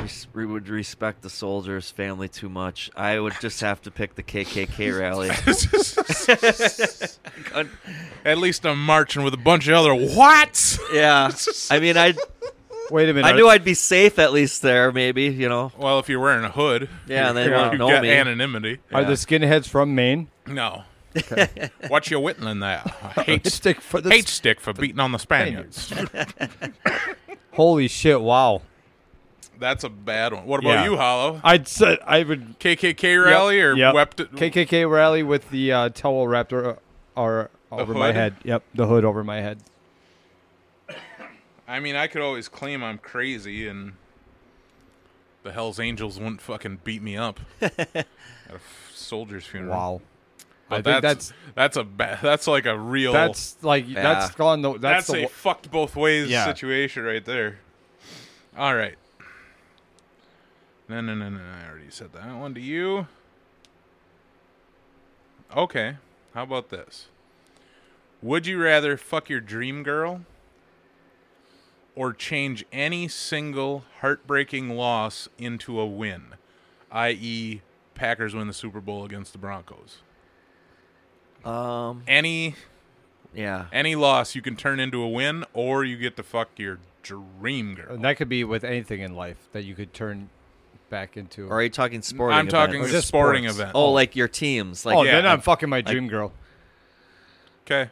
res- re- would respect the soldier's family too much. I would just have to pick the KKK rally. At least I'm marching with a bunch of other whats. yeah, I mean, I Wait a minute. I knew I'd be safe at least there. Maybe you know. Well, if you're wearing a hood, Yeah, they you're- don't you've know got me. anonymity. Are the skinheads from Maine? No. What you whittling there? I hate Stick for the hate stick for beating on the Spaniards. Holy shit! Wow. That's a bad one. What about Yeah. you, Hollow? I'd say I would KKK rally or Yep. wept it? KKK rally with the uh, towel wrapped or, or over my hood? head. Yep, the hood over my head. I mean, I could always claim I'm crazy and the Hell's Angels wouldn't fucking beat me up at a f- soldier's funeral. Wow. But I think that's, that's a ba- that's like a real That's like that's gone. The, that's, that's the a wa- fucked both ways Yeah. situation right there. All right. No, no, no, no. I already said that one to you. Okay. How about this? Would you rather fuck your dream girl or change any single heartbreaking loss into a win? I.e., Packers win the Super Bowl against the Broncos. Um. Any Yeah. any loss you can turn into a win, or you get to fuck your dream girl. and that could be with anything in life that you could turn back into. Or are you talking sporting? I'm talking events? a just sporting sports. event. Oh, like your teams. Like oh, yeah, then I'm I- fucking my dream girl. okay.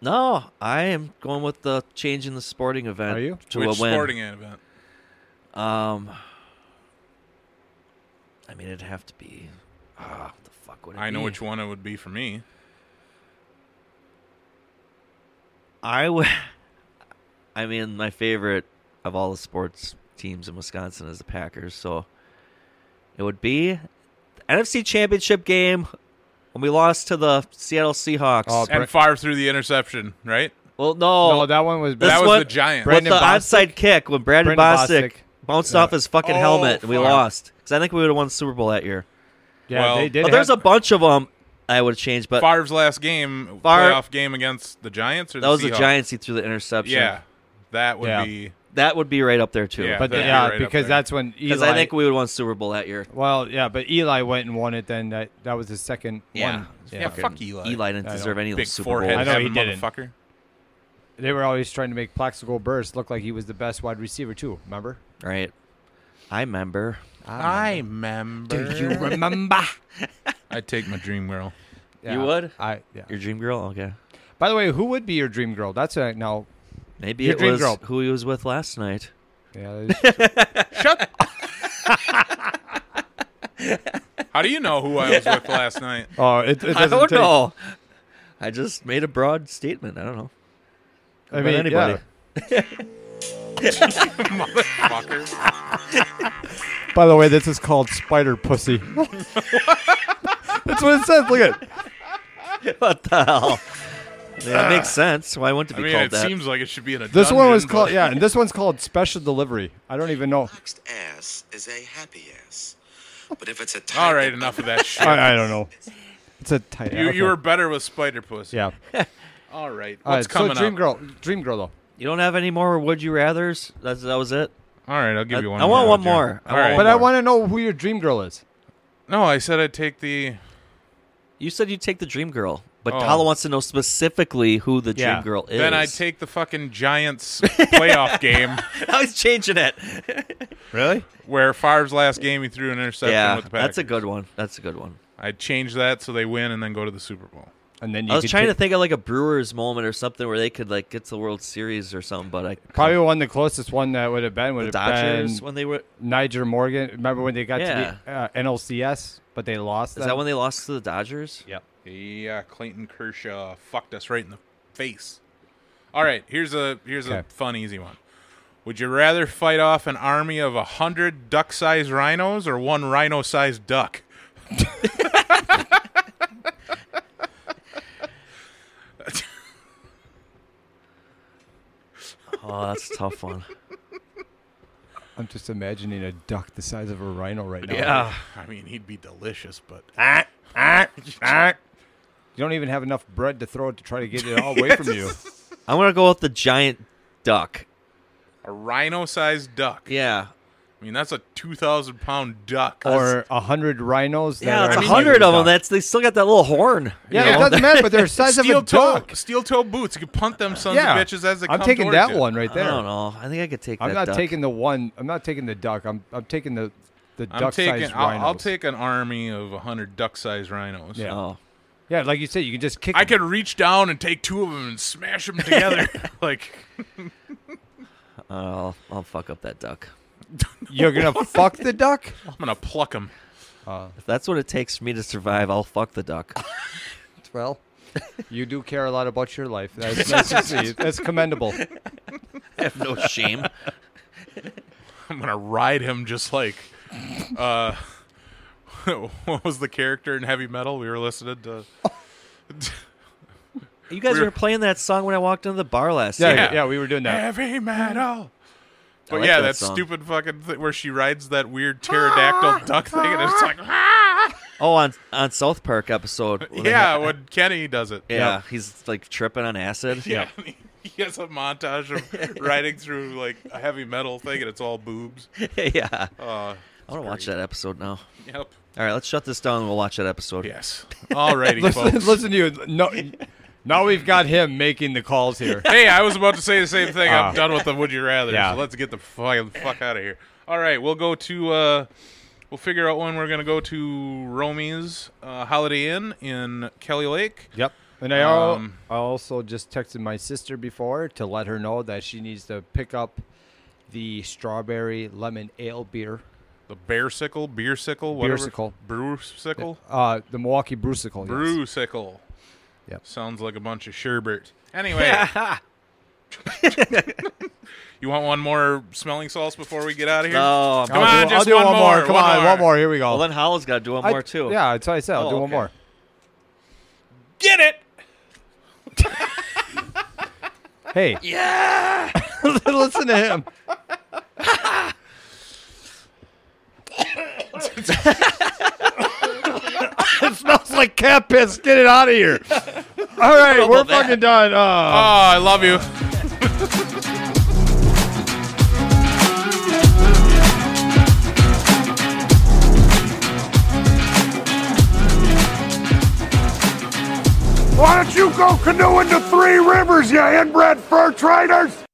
no, I am going with the changing the sporting event Are you? to Which a win. sporting event? Um, I mean, it'd have to be. Ah, what the fuck would it I know be? which one it would be for me. I would. I mean, my favorite of all the sports teams in Wisconsin is the Packers, so it would be the NFC Championship game when we lost to the Seattle Seahawks. Oh, And Bre- fire through the interception, right? well, no, no, that one was This that was one- the Giants. with Brandon the Bostic? onside kick when Brandon, Brandon Bostic, Bostic. bounced off his fucking Oh, helmet and we fuck. lost because I think we would have won the Super Bowl that year. yeah. well, they did. But there's a have- bunch of them I would change, but Favre's last game, Favre- playoff game against the Giants, or that was the Seahawks? Giants. He threw the interception. Yeah, that would Yeah. be. that would be right up there too. Yeah. but That'd be yeah, right up because there. that's when because Eli. I think we would have won Super Bowl that year. well, yeah, but Eli went and won it. Then that that was his second Yeah. one. Yeah, Yeah, fuck Eli. Eli didn't I deserve any of Big those Super forehead, I Bowls. know heavy he didn't. motherfucker. They were always trying to make Plaxico Burst look like he was the best wide receiver too. Remember? Right. I remember. I remember. remember? I take my dream girl. You would? I. Yeah. Your dream girl? Okay. By the way, who would be your dream girl? That's a no. Maybe Your it dream was girl. who he was with last night. Yeah, that is- How do you know who I was with last night? oh, it, it I doesn't don't take- know. I just made a broad statement. I don't know. I About mean, anybody. Fucker. yeah. By the way, this is called spider pussy. That's what it says. Look at it. What the hell? Yeah, that makes sense. Why wouldn't it Ah. I be mean, called it that? seems like it should be in a. This one was dungeon, called but- yeah, and this one's called special delivery. I don't even know. Boxed ass is a happy ass. But if it's a tight All right, enough of that shit. I, I don't know. It's a tight. You, okay. you were better with Spider Puss. yeah. All right. All What's right, coming so dream up? girl, dream girl though. you don't have any more would you rather's? That's, that was it? All right, I'll give I- you one. I more, want one Roger. more. I All want right. one But I more. want to know who your dream girl is. No, I said I'd take the. You said you'd take the dream girl, but Oh. Tala wants to know specifically who the Yeah. dream girl is. Then I'd take the fucking Giants playoff game I was changing it. Really? where Favre's last game he threw an interception yeah, with the Packers. that's a good one. That's a good one. I'd change that so they win and then go to the Super Bowl. And then you I was could trying take- to think of like a Brewers moment or something where they could like get to the World Series or something, but I Probably one the closest one that would have been would the have Dodgers been when they were. Niger Morgan. Remember when they got to the uh, NLCS, but they lost. Is that when they lost to the Dodgers? Yep. Yeah, Clayton Kershaw fucked us right in the face. All right, here's a here's a Okay. fun, easy one. Would you rather fight off an army of a hundred duck-sized rhinos or one rhino-sized duck? Oh, that's a tough one. I'm just imagining a duck the size of a rhino right now. Yeah. I mean, he'd be delicious, but ah, You don't even have enough bread to throw it to try to get it all away from you. I'm gonna go with the giant duck. a rhino-sized duck. Yeah. I mean, that's a two thousand pound duck. Or a hundred rhinos. That Yeah, are it's a the size hundred a of them. duck. That's they still got that little horn. you yeah, know? it doesn't matter, but they're the size of steel a toe, duck. steel toe boots. You could punt them sons Yeah, of bitches as they I'm come taking towards that you. one right I there. don't know. I think I could take I'm that. not duck. taking the one. I'm not taking the duck. I'm I'm taking the the I'm duck taking. sized I'll, rhinos. I'll take an army of a hundred duck-sized rhinos. Yeah. Oh, Yeah, like you said, you can just kick. I 'em. could reach down and take two of them and smash them together. like I'll I'll fuck up that duck. You're gonna fuck the duck. I'm gonna pluck them. If that's what it takes for me to survive, I'll fuck the duck. Well, you do care a lot about your life. That's nice to see. That's commendable. I have no shame. I'm gonna ride him just like. Uh, what was the character in heavy metal we were listening to? You guys were playing that song when I walked into the bar last Yeah, night. yeah, we were doing that. Heavy metal. I But like yeah, that that, song. stupid fucking thing where she rides that weird pterodactyl duck thing, and it's like, "Ah!" Oh, on on South Park episode. when they yeah, had- when Kenny does it. yeah. He's like tripping on acid. Yeah. He has a montage of riding through like a heavy metal thing, and it's all boobs. yeah. Uh, I want to watch that episode now. yep. All right, let's shut this down and we'll watch that episode. Yes. Alrighty, Listen, folks. listen to you. No, now we've got him making the calls here. Hey, I was about to say the same thing. I'm Ah. done with the would you rather. Yeah. So let's get the fucking fuck out of here. All right, we'll go to. Uh, we'll figure out when we're gonna go to Romy's uh, Holiday Inn in Kelly Lake. Yep. And I al- Um, I also just texted my sister before to let her know that she needs to pick up the strawberry lemon ale beer, The bear sickle, beer sickle, whatever. Beersicle. Brew sickle. uh, the Milwaukee Brewsicle. yes. Brew sickle. Yep. Sounds like a bunch of sherbet. Anyway. you want one more smelling sauce before we get out of here? Oh, Come I'll on, do, just I'll do one one, more. more, Come one on, more. one more. Here we go. well, then Howell's got to do one I- more too. Yeah, that's what I said. I'll Oh, do one okay. more. Get it! Hey. Yeah. Listen to him. it smells like cat piss. Get it out of here. All right, we're fucking done. Uh, Oh, I love you. Why don't you go canoeing to Three Rivers, you inbred fur traders?